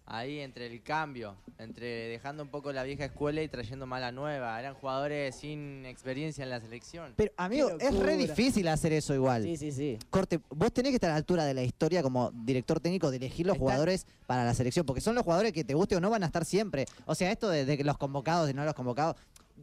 Speaker 1: Ahí entre el cambio, entre dejando un poco la vieja escuela y trayendo más la nueva. Eran jugadores sin experiencia en la selección.
Speaker 8: Pero, amigo,
Speaker 9: Qué
Speaker 8: es re
Speaker 9: locura.
Speaker 8: difícil hacer eso igual.
Speaker 9: Sí, sí, sí.
Speaker 8: Corte, vos tenés que estar a la altura de la historia como director técnico de elegir los
Speaker 9: Está-
Speaker 8: jugadores para la selección, porque son los jugadores que te guste o no van a estar siempre. O sea, esto de, de que los convocados y no los convocados,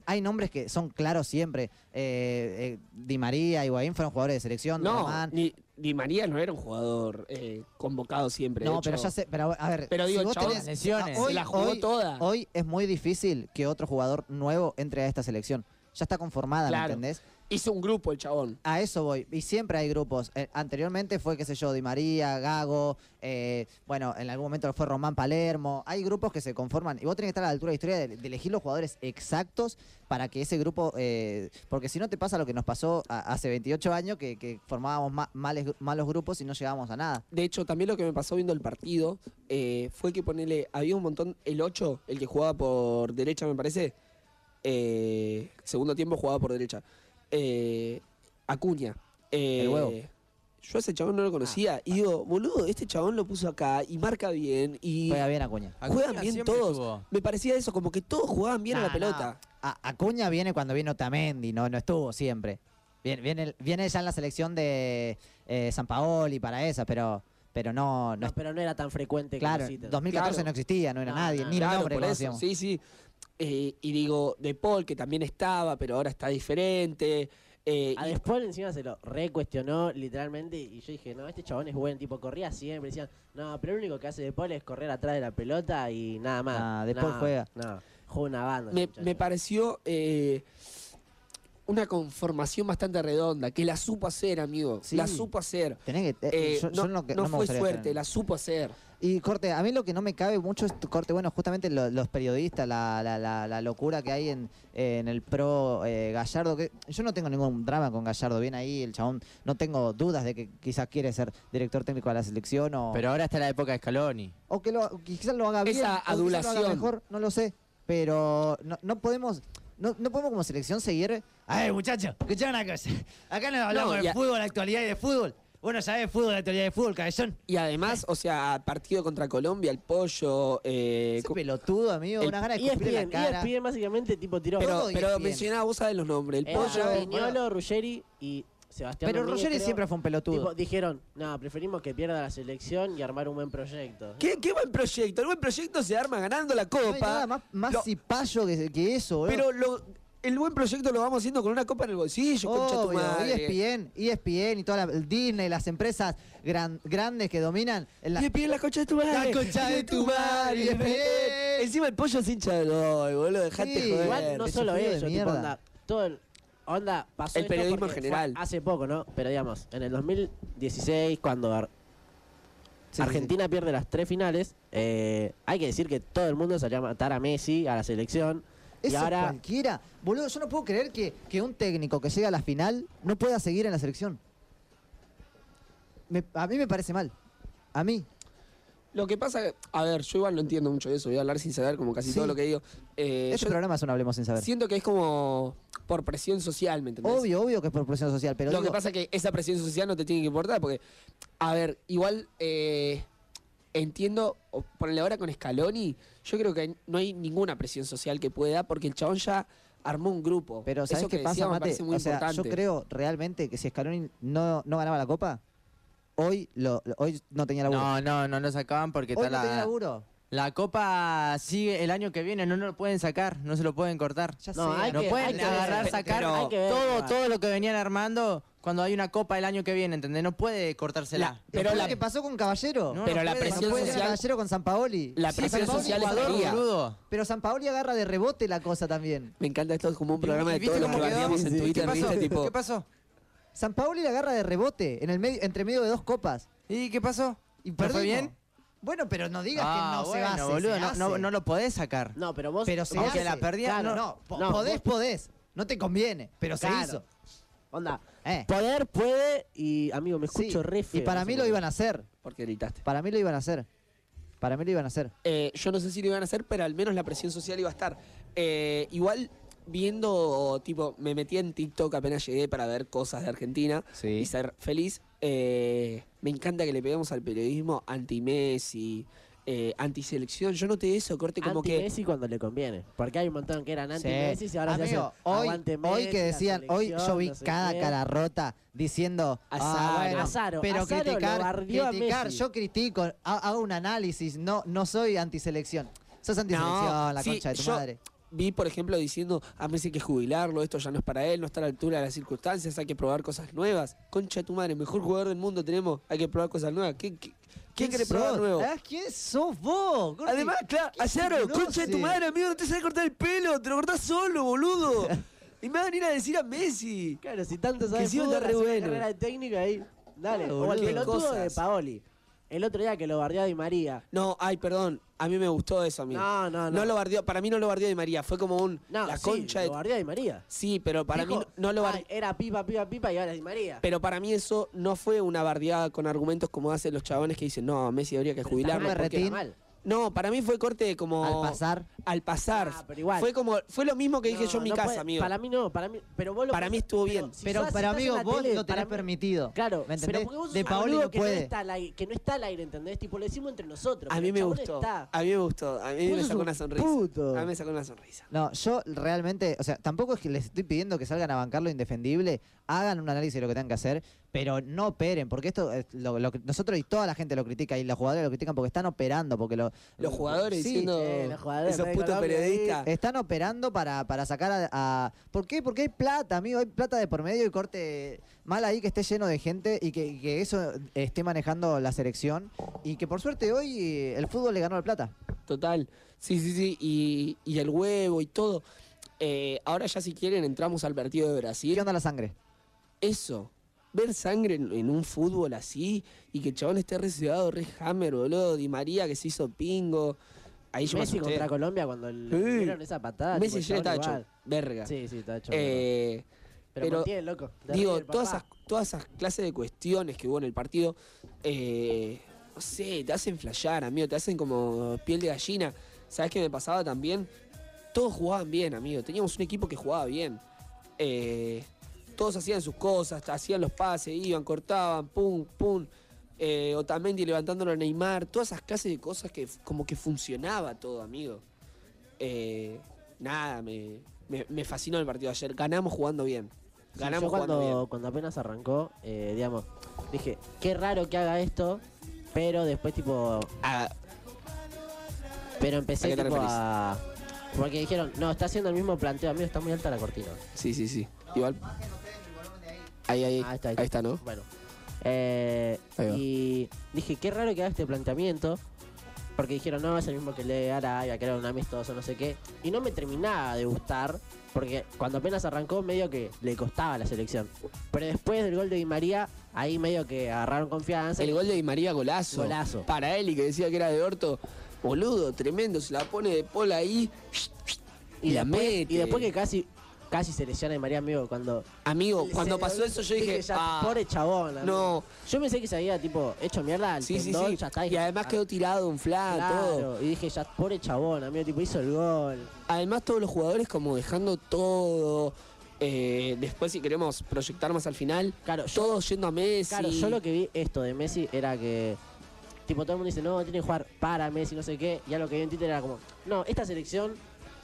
Speaker 8: hay nombres que son claros siempre. Eh, eh, Di María, Higuaín fueron jugadores de selección,
Speaker 6: No,
Speaker 8: Román.
Speaker 6: ni, Di María no era un jugador eh, convocado siempre. de
Speaker 8: No,
Speaker 6: hecho.
Speaker 8: pero ya sé, pero a ver,
Speaker 6: Pero digo,
Speaker 8: si
Speaker 6: el
Speaker 8: vos
Speaker 6: chabón
Speaker 8: tenés-
Speaker 1: lesiones.
Speaker 8: hoy-
Speaker 6: se la jugó
Speaker 8: hoy-
Speaker 6: toda.
Speaker 8: Hoy es muy difícil que otro jugador nuevo entre a esta selección. Ya está conformada, ¿me
Speaker 6: Claro.
Speaker 8: entendés?
Speaker 6: Hizo un grupo el chabón.
Speaker 8: A eso voy. Y siempre hay grupos. Eh, anteriormente fue, qué sé yo, Di María, Gago, eh, bueno, en algún momento fue Román Palermo. Hay grupos que se conforman. Y vos tenés que estar a la altura de la historia de, de elegir los jugadores exactos para que ese grupo... eh, porque si no te pasa lo que nos pasó a- hace 28 años, que, que formábamos ma- males gru- malos grupos y no llegábamos a nada.
Speaker 6: De hecho, también lo que me pasó viendo el partido eh, fue que ponele. Había un montón. El 8, el que jugaba por derecha, me parece. eh, segundo tiempo jugaba por derecha. Eh, Acuña. eh,
Speaker 8: El huevo. Ah,
Speaker 6: Yo a ese chabón no lo conocía. y digo, boludo, este chabón lo puso acá y marca bien. Y
Speaker 8: Juega bien Acuña.
Speaker 6: juegan
Speaker 1: Acuña
Speaker 6: bien
Speaker 1: siempre
Speaker 6: todos.
Speaker 1: estuvo.
Speaker 6: Me parecía eso, como que todos jugaban bien a la
Speaker 8: No,
Speaker 6: pelota.
Speaker 8: no. A- Acuña viene cuando vino Tamendi, no, no estuvo siempre. Viene, viene, viene ya en la selección de eh, San Paoli para esa, pero, pero no, no
Speaker 9: No, pero no era tan frecuente que
Speaker 8: Claro,
Speaker 9: lo citan.
Speaker 8: 2014
Speaker 6: Claro.
Speaker 8: no existía, no era
Speaker 9: No,
Speaker 8: nadie,
Speaker 9: no,
Speaker 8: ni
Speaker 6: Claro,
Speaker 8: nombre
Speaker 6: por eso.
Speaker 8: conocíamos.
Speaker 6: Sí, sí. Eh, y digo, De Paul, que también estaba, pero ahora está diferente. Eh,
Speaker 9: A
Speaker 6: y-
Speaker 9: después encima se lo recuestionó literalmente y yo dije, no, este chabón es buen, tipo, corría siempre, decían, no, pero lo único que hace De Paul es correr atrás de la pelota y nada más.
Speaker 8: Ah, De Paul
Speaker 9: No,
Speaker 8: juega.
Speaker 9: No, juega una banda.
Speaker 6: me,
Speaker 9: ese muchacho.
Speaker 6: me pareció eh, una conformación bastante redonda, que la supo hacer, amigo.
Speaker 8: Sí.
Speaker 6: La supo hacer.
Speaker 8: Tenés que, eh,
Speaker 6: Eh,
Speaker 8: yo-
Speaker 6: no
Speaker 8: yo no, que-
Speaker 6: no
Speaker 8: no me
Speaker 6: fue
Speaker 8: gustaría
Speaker 6: suerte,
Speaker 8: tener-
Speaker 6: la supo hacer.
Speaker 8: Y corte, a mí lo que no me cabe mucho es tu corte, bueno, justamente lo- los periodistas, la, la- la- la locura que hay en, en el pro eh, Gallardo, que yo no tengo ningún drama con Gallardo, bien ahí el chabón, no tengo dudas de que quizás quiere ser director técnico de la selección o,
Speaker 1: Pero ahora está la época de Scaloni.
Speaker 8: o que lo, quizás lo haga bien,
Speaker 6: Esa
Speaker 8: o quizás lo haga
Speaker 6: adulación.
Speaker 8: mejor, no lo sé, pero no, no podemos... No, no podemos como selección seguir.
Speaker 4: A ver, muchachos, escuchá una cosa. Acá nos hablamos
Speaker 6: No,
Speaker 4: de
Speaker 6: y a-
Speaker 4: fútbol, de actualidad y de fútbol. Vos no sabés de fútbol, de actualidad y de fútbol, cabezón.
Speaker 6: Y
Speaker 8: Eh.
Speaker 6: además, o sea, partido contra Colombia, el pollo. eh,
Speaker 8: Ese
Speaker 6: co-
Speaker 8: pelotudo, amigo,
Speaker 6: el-
Speaker 8: una gana de
Speaker 9: Y es
Speaker 8: escupirle la
Speaker 9: bien,
Speaker 8: cara.
Speaker 9: y básicamente tipo tiró
Speaker 6: pero
Speaker 8: todo y
Speaker 6: pero
Speaker 8: bien.
Speaker 6: mencionaba, vos sabés los nombres. El
Speaker 8: Eh,
Speaker 9: Era
Speaker 6: pollo.
Speaker 9: Viñolo, Ruggeri y Sebastián
Speaker 8: Pero
Speaker 9: Domínguez,
Speaker 8: Ruggeri
Speaker 9: creo.
Speaker 8: siempre fue un
Speaker 9: Tipo,
Speaker 8: pelotudo.
Speaker 9: dijeron, no, preferimos que pierda la selección y armar un buen proyecto.
Speaker 6: ¿Qué, qué buen proyecto. El buen proyecto se arma ganando la copa.
Speaker 8: No hay nada más, más
Speaker 6: Lo-
Speaker 8: cipallo que, que eso, boludo.
Speaker 6: Pero lo- el buen proyecto lo vamos haciendo con una copa en el bolsillo, concha tu
Speaker 8: Obvio, E
Speaker 6: madre.
Speaker 8: ESPN, ESPN y toda la, el Disney, las empresas gran- grandes que dominan. la-
Speaker 6: ESPN, la concha de tu eh. madre.
Speaker 4: La concha de tu madre, ESPN.
Speaker 6: Encima el pollo es hincha del hoy, boludo. Dejate
Speaker 8: Sí,
Speaker 6: joder.
Speaker 9: Igual no
Speaker 8: ese
Speaker 9: solo
Speaker 8: fútbol de
Speaker 9: ellos, tipo,
Speaker 8: mierda.
Speaker 9: onda, todo el, onda pasó
Speaker 6: El
Speaker 9: esto
Speaker 6: periodismo en
Speaker 9: porque fue
Speaker 6: general.
Speaker 9: Hace poco, ¿no? Pero digamos, en el 2016, cuando Ar- Argentina pierde las tres finales, eh, hay que decir que todo el mundo salió a matar a Messi, a la selección.
Speaker 8: eso
Speaker 9: y ahora,
Speaker 8: cualquiera. Boludo, yo no puedo creer que, que un técnico que llega a la final no pueda seguir en la selección. Me- a mí me parece mal. A mí.
Speaker 6: Lo que pasa, que- a ver, yo igual no entiendo mucho de eso. Voy a hablar sin saber como casi
Speaker 8: Sí.
Speaker 6: todo lo que digo. Eh,
Speaker 8: este
Speaker 6: yo
Speaker 8: programa es un Hablemos Sin Saber.
Speaker 6: siento que es como por presión social, ¿me entendés?
Speaker 8: Obvio, obvio que es por presión social, pero
Speaker 6: lo
Speaker 8: digo,
Speaker 6: que pasa es que esa presión social no te tiene que importar porque, a ver, igual eh, entiendo, o ponele ahora con Scaloni, yo creo que no hay ninguna presión social que pueda porque el chabón ya armó un grupo.
Speaker 8: Pero ¿sabes
Speaker 6: Eso
Speaker 8: qué
Speaker 6: que
Speaker 8: pasa,
Speaker 6: decía me
Speaker 8: Mate?
Speaker 6: parece muy
Speaker 8: o sea,
Speaker 6: importante.
Speaker 8: yo creo realmente que si Scaloni no, no ganaba la Copa, hoy lo, lo- hoy no tenía laburo.
Speaker 1: No, no, no lo sacaban porque
Speaker 8: hoy
Speaker 1: está
Speaker 8: no tenía
Speaker 1: la,
Speaker 8: laburo.
Speaker 1: la copa sigue el año que viene, no lo pueden sacar, no se lo pueden cortar.
Speaker 8: Ya
Speaker 9: No,
Speaker 8: sé.
Speaker 9: hay
Speaker 1: no
Speaker 9: que-
Speaker 1: pueden
Speaker 9: hay que
Speaker 1: agarrar,
Speaker 9: ver,
Speaker 1: sacar
Speaker 9: pero- hay que ver,
Speaker 1: todo,
Speaker 9: va.
Speaker 1: todo lo que venían armando cuando hay una copa el año que viene, ¿entendés? No puede cortársela.
Speaker 6: La-
Speaker 8: Pero
Speaker 6: pero
Speaker 8: lo
Speaker 6: la-
Speaker 8: que pasó con Caballero.
Speaker 1: No,
Speaker 6: pero
Speaker 1: no
Speaker 6: la
Speaker 1: puede, no
Speaker 6: presión
Speaker 1: puede.
Speaker 6: social-
Speaker 8: Caballero con San Paoli.
Speaker 6: La
Speaker 1: Sí,
Speaker 6: presión
Speaker 1: San Paoli
Speaker 6: social
Speaker 1: es jugador,
Speaker 6: estaría.
Speaker 1: boludo.
Speaker 8: Pero San Paoli agarra de rebote la cosa también.
Speaker 6: Me encanta esto, es como un programa de
Speaker 1: ¿Y viste
Speaker 6: todo lo que
Speaker 1: cómo quedó?
Speaker 6: bardeamos en
Speaker 1: Sí, sí.
Speaker 6: Twitter,
Speaker 1: ¿Qué pasó?
Speaker 6: ¿viste? Tipo,
Speaker 1: ¿Qué pasó?
Speaker 8: San Paoli la agarra de rebote en el medio, entre medio de dos copas.
Speaker 1: ¿Y qué pasó?
Speaker 8: Y
Speaker 1: ¿No fue
Speaker 8: perdimos.
Speaker 1: bien?
Speaker 8: Bueno, pero no digas
Speaker 1: Ah,
Speaker 8: que no
Speaker 1: bueno,
Speaker 8: se va
Speaker 1: boludo, no, no- no lo podés sacar.
Speaker 9: no, pero vos...
Speaker 8: Pero se
Speaker 9: vos-
Speaker 1: Aunque
Speaker 8: hace.
Speaker 1: la perdías, no.
Speaker 8: Claro, no, po-
Speaker 9: No,
Speaker 8: podés,
Speaker 9: vos-
Speaker 8: podés. No te conviene, pero
Speaker 9: Claro.
Speaker 8: se hizo.
Speaker 9: Onda,
Speaker 8: Eh.
Speaker 9: poder puede y, amigo, me
Speaker 8: Sí,
Speaker 9: escucho re
Speaker 8: Y
Speaker 9: feo,
Speaker 8: para
Speaker 9: no sé
Speaker 8: mí
Speaker 9: por
Speaker 8: lo
Speaker 9: qué.
Speaker 8: iban a hacer.
Speaker 6: porque gritaste.
Speaker 8: Para mí lo iban a hacer. Para mí lo iban a hacer.
Speaker 6: Eh, yo no sé si lo iban a hacer, pero al menos la presión social iba a estar. Eh, igual, viendo, tipo, me metí en TikTok apenas llegué para ver cosas de Argentina y
Speaker 8: Sí.
Speaker 6: ser feliz. Eh, me encanta que le peguemos al periodismo anti-Messi, eh, anti-selección. Yo noté eso, corte, como
Speaker 9: anti
Speaker 6: que.
Speaker 9: Messi cuando le conviene. Porque hay un montón que eran anti Messi y ahora se
Speaker 8: Amigo,
Speaker 9: hacen
Speaker 8: hoy,
Speaker 9: aguante
Speaker 8: hoy
Speaker 9: Messi,
Speaker 8: que
Speaker 9: la
Speaker 8: decían, hoy yo
Speaker 9: selección,
Speaker 8: vi
Speaker 9: no sé
Speaker 8: cada
Speaker 9: qué.
Speaker 8: cara rota diciendo, ah,
Speaker 6: Azaro.
Speaker 8: bueno,
Speaker 9: Azaro,
Speaker 8: pero
Speaker 9: Azaro lo
Speaker 8: criticar,
Speaker 9: bardeó a
Speaker 8: criticar,
Speaker 9: Messi.
Speaker 8: yo critico, ha- hago un análisis, no, no soy antiselección. Sos antiselección,
Speaker 6: No,
Speaker 8: la
Speaker 6: sí,
Speaker 8: concha de tu
Speaker 6: yo-
Speaker 8: madre.
Speaker 6: Vi, por ejemplo, diciendo a Messi hay que jubilarlo, esto ya no es para él, no está a la altura de las circunstancias, hay que probar cosas nuevas. Concha de tu madre, mejor jugador del mundo tenemos, hay que probar cosas nuevas. ¿Qué, qué, quién quiere probar
Speaker 8: sos?
Speaker 6: nuevo?
Speaker 8: Ah, ¿Quién sos vos? Gordi?
Speaker 6: Además, claro,
Speaker 8: ¿Qué
Speaker 6: Azaro,
Speaker 8: conoce?
Speaker 6: concha de tu madre, amigo, no te sabes cortar el pelo, te lo cortás solo, boludo. y me van a ir a decir a Messi.
Speaker 9: Claro, si tanto
Speaker 6: Que
Speaker 9: sabes
Speaker 6: sí,
Speaker 9: fútbol,
Speaker 6: está re
Speaker 9: hace una
Speaker 6: bueno.
Speaker 9: carrera de técnica ahí. Dale,
Speaker 6: Claro,
Speaker 9: o el
Speaker 6: boludo.
Speaker 9: pelotudo
Speaker 6: Cosas.
Speaker 9: de Paoli. El otro día que lo bardeó a Di María.
Speaker 6: No, ay, perdón, a mí me gustó eso, amigo.
Speaker 9: No, no, no.
Speaker 6: lo bardeó, para mí no lo bardeó de María, fue como un
Speaker 9: No,
Speaker 6: la
Speaker 9: sí,
Speaker 6: concha
Speaker 9: lo
Speaker 6: de
Speaker 9: bardeó a Di María.
Speaker 6: Sí, pero para
Speaker 9: Dijo,
Speaker 6: mí no, no lo
Speaker 9: "Ay,
Speaker 6: bardeó.
Speaker 9: Era pipa, pipa, pipa y ahora es Di María.
Speaker 6: Pero para mí eso no fue una bardeada con argumentos como hacen los chabones que dicen, no, Messi habría que
Speaker 9: Pero está
Speaker 6: jubilarlo.
Speaker 9: mal,
Speaker 6: porque-
Speaker 9: está mal.
Speaker 6: No, para mí fue corte de como...
Speaker 8: Al pasar.
Speaker 6: Al pasar.
Speaker 9: Ah, pero igual.
Speaker 6: Fue como, fue lo mismo que dije
Speaker 9: No,
Speaker 6: yo en mi
Speaker 9: no
Speaker 6: casa,
Speaker 9: puede-
Speaker 6: amigo.
Speaker 9: Para mí no, para mí. Pero vos lo
Speaker 6: Para mí estuvo bien.
Speaker 9: si
Speaker 8: Pero,
Speaker 9: sos- si
Speaker 8: pero
Speaker 9: estás en
Speaker 8: amigo,
Speaker 9: la
Speaker 8: vos
Speaker 9: tele,
Speaker 8: no
Speaker 9: para
Speaker 8: tenés
Speaker 9: mí-
Speaker 8: permitido.
Speaker 9: Claro,
Speaker 8: ¿me entendés?
Speaker 9: pero porque vos sos
Speaker 8: De
Speaker 9: un
Speaker 8: Paoli
Speaker 9: boludo
Speaker 8: no
Speaker 9: que, no
Speaker 8: puede.
Speaker 9: está al aire, que no está al aire, ¿entendés? Tipo, lo decimos entre nosotros.
Speaker 6: A
Speaker 9: pero
Speaker 6: mí
Speaker 9: el
Speaker 6: me
Speaker 9: chabón
Speaker 6: gustó.
Speaker 9: está.
Speaker 6: A mí me gustó. A mí
Speaker 9: Vos
Speaker 6: me
Speaker 9: sos
Speaker 6: sacó
Speaker 9: un
Speaker 6: una sonrisa.
Speaker 9: puto.
Speaker 6: A mí me sacó una sonrisa.
Speaker 8: No, yo realmente, o sea, tampoco es que les estoy pidiendo que salgan a bancar lo indefendible, hagan un análisis de lo que tengan que hacer, pero no operen, porque esto, es lo- lo que- nosotros y toda la gente lo critica y los jugadores lo critican porque están operando, porque lo-
Speaker 6: Los jugadores
Speaker 8: Sí,
Speaker 6: diciendo. "Ah".
Speaker 9: eh, los jugadores,
Speaker 6: esos
Speaker 9: me
Speaker 6: putos
Speaker 9: acordaba que ahí-
Speaker 6: periodistas.
Speaker 8: Están operando para, para sacar a, a- ¿Por qué? Porque hay plata, amigo. Hay plata de por medio y corte mal ahí que esté lleno de gente y que, y que eso esté manejando la selección. Y que por suerte hoy eh, el fútbol le ganó la plata.
Speaker 9: Eh.
Speaker 6: Total. Sí, sí, sí. Y, y el huevo y todo. Eh, ahora ya si quieren entramos al partido de
Speaker 8: ¿Y
Speaker 6: Brasil.
Speaker 8: qué onda la sangre?
Speaker 6: Eso. Ver sangre en, en un fútbol así y que el chabón esté reservado, re hammer, boludo. Di María que se hizo pingo. Ahí yo me
Speaker 9: Messi
Speaker 6: asusté.
Speaker 9: contra Colombia cuando le
Speaker 6: Sí.
Speaker 9: dieron esa patada. tipo,
Speaker 6: Messi
Speaker 9: el
Speaker 6: ya está
Speaker 9: chabón
Speaker 6: hecho.
Speaker 9: igual.
Speaker 6: Verga.
Speaker 9: Sí, sí, está hecho.
Speaker 6: Eh,
Speaker 9: pero,
Speaker 6: pero-
Speaker 9: contiene, loco. Te ríe
Speaker 6: Digo,
Speaker 9: el
Speaker 6: todas
Speaker 9: papá.
Speaker 6: esas, todas esas clases de cuestiones que hubo en el partido, eh, no sé, te hacen flashear, amigo, te hacen como piel de gallina. ¿Sabes qué me pasaba también? Todos jugaban bien, amigo. Teníamos un equipo que jugaba bien. Eh, todos hacían sus cosas, hacían los pases, iban, cortaban, pum, pum. Eh, Otamendi levantándolo a Neymar. Todas esas clases de cosas que f- como que funcionaba todo, amigo. Eh, nada, me, me, me fascinó el partido de ayer. Ganamos jugando bien.
Speaker 9: Sí,
Speaker 6: Ganamos
Speaker 9: yo
Speaker 6: jugando bien.
Speaker 9: cuando, cuando apenas arrancó, eh, digamos, dije, qué raro que haga esto, pero después tipo,
Speaker 6: Ah,
Speaker 9: pero
Speaker 6: ¿A
Speaker 9: empecé
Speaker 6: qué te
Speaker 9: tipo
Speaker 6: referís?
Speaker 9: a... Porque dijeron, no, está haciendo el mismo planteo, amigo, está muy alta la cortina.
Speaker 6: sí, sí, sí. Igual. Ahí, ahí.
Speaker 9: Ah,
Speaker 6: ahí, está, ¿no?
Speaker 9: Bueno. Eh,
Speaker 6: Ahí va.
Speaker 9: y dije, qué raro que haga este planteamiento. Porque dijeron, no, es el mismo que le de Arabia, que era un amistoso, no sé qué. Y no me terminaba de gustar, porque cuando apenas arrancó, medio que le costaba a la selección. Pero después del gol de Di María, ahí medio que agarraron confianza.
Speaker 6: El gol de Di María, golazo.
Speaker 9: Golazo.
Speaker 6: Para él y que decía que era de orto. Boludo, tremendo. Se la pone de pola ahí. Y, la
Speaker 9: después,
Speaker 6: mete.
Speaker 9: Y después que casi, casi se lesiona Di María, amigo, cuando...
Speaker 6: Amigo, cuando
Speaker 9: se-
Speaker 6: pasó eso yo dije.
Speaker 9: ya,
Speaker 6: ah,
Speaker 9: pobre chabón. amigo.
Speaker 6: no.
Speaker 9: Yo pensé que se había, tipo, hecho mierda al
Speaker 6: Sí, sí,
Speaker 9: tendón,
Speaker 6: sí.
Speaker 9: ya está. "Ah,
Speaker 6: Y además quedó tirado un flan, todo.
Speaker 9: Claro, y dije, ya, pobre chabón, amigo, tipo, hizo el gol.
Speaker 6: Además, todos los jugadores como dejando todo. Eh, después, si queremos proyectar más al final,
Speaker 9: Claro, yo,
Speaker 6: todos yendo a Messi.
Speaker 9: claro, yo lo que vi esto de Messi era que, tipo, todo el mundo dice, no, tiene que jugar para Messi, no sé qué. Ya lo que vi en Twitter era como, no, esta selección,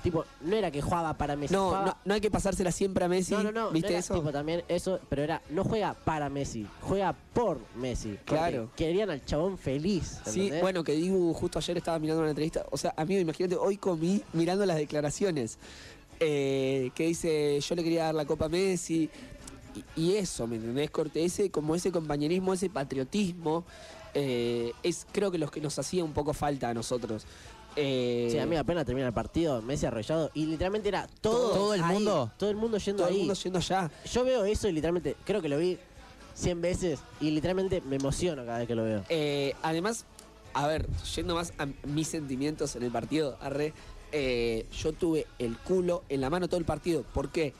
Speaker 9: tipo, no era que jugaba para Messi.
Speaker 6: No,
Speaker 9: jugaba-
Speaker 6: no, no hay que pasársela siempre a Messi.
Speaker 9: no, no, no,
Speaker 6: ¿Viste
Speaker 9: no era,
Speaker 6: eso?
Speaker 9: tipo, también eso, pero era, no juega para Messi, juega por Messi. porque
Speaker 6: Claro.
Speaker 9: Querían al chabón feliz.
Speaker 6: Sí,
Speaker 9: ¿entendés?
Speaker 6: bueno, que Dibu justo ayer estaba mirando una entrevista. O sea, amigo, imagínate, hoy comí mirando las declaraciones. eh, que dice, yo le quería dar la copa a Messi. Y, y eso, ¿me entendés? Corte, ese, como ese compañerismo, ese patriotismo, eh, es creo que los que nos hacía un poco falta a nosotros. Eh,
Speaker 9: Sí, a mí apenas termina el partido, Messi arrollado, y literalmente era todo,
Speaker 1: ¿Todo el
Speaker 9: ahí,
Speaker 1: mundo?
Speaker 9: Todo el mundo yendo
Speaker 6: todo el
Speaker 9: ahí.
Speaker 6: mundo yendo allá.
Speaker 9: Yo veo eso y literalmente, creo que lo vi 100 veces y literalmente me emociono cada vez que lo veo.
Speaker 6: Eh, además, a ver, yendo más a mis sentimientos en el partido, arre, eh, yo tuve el culo en la mano todo el partido. ¿Por qué?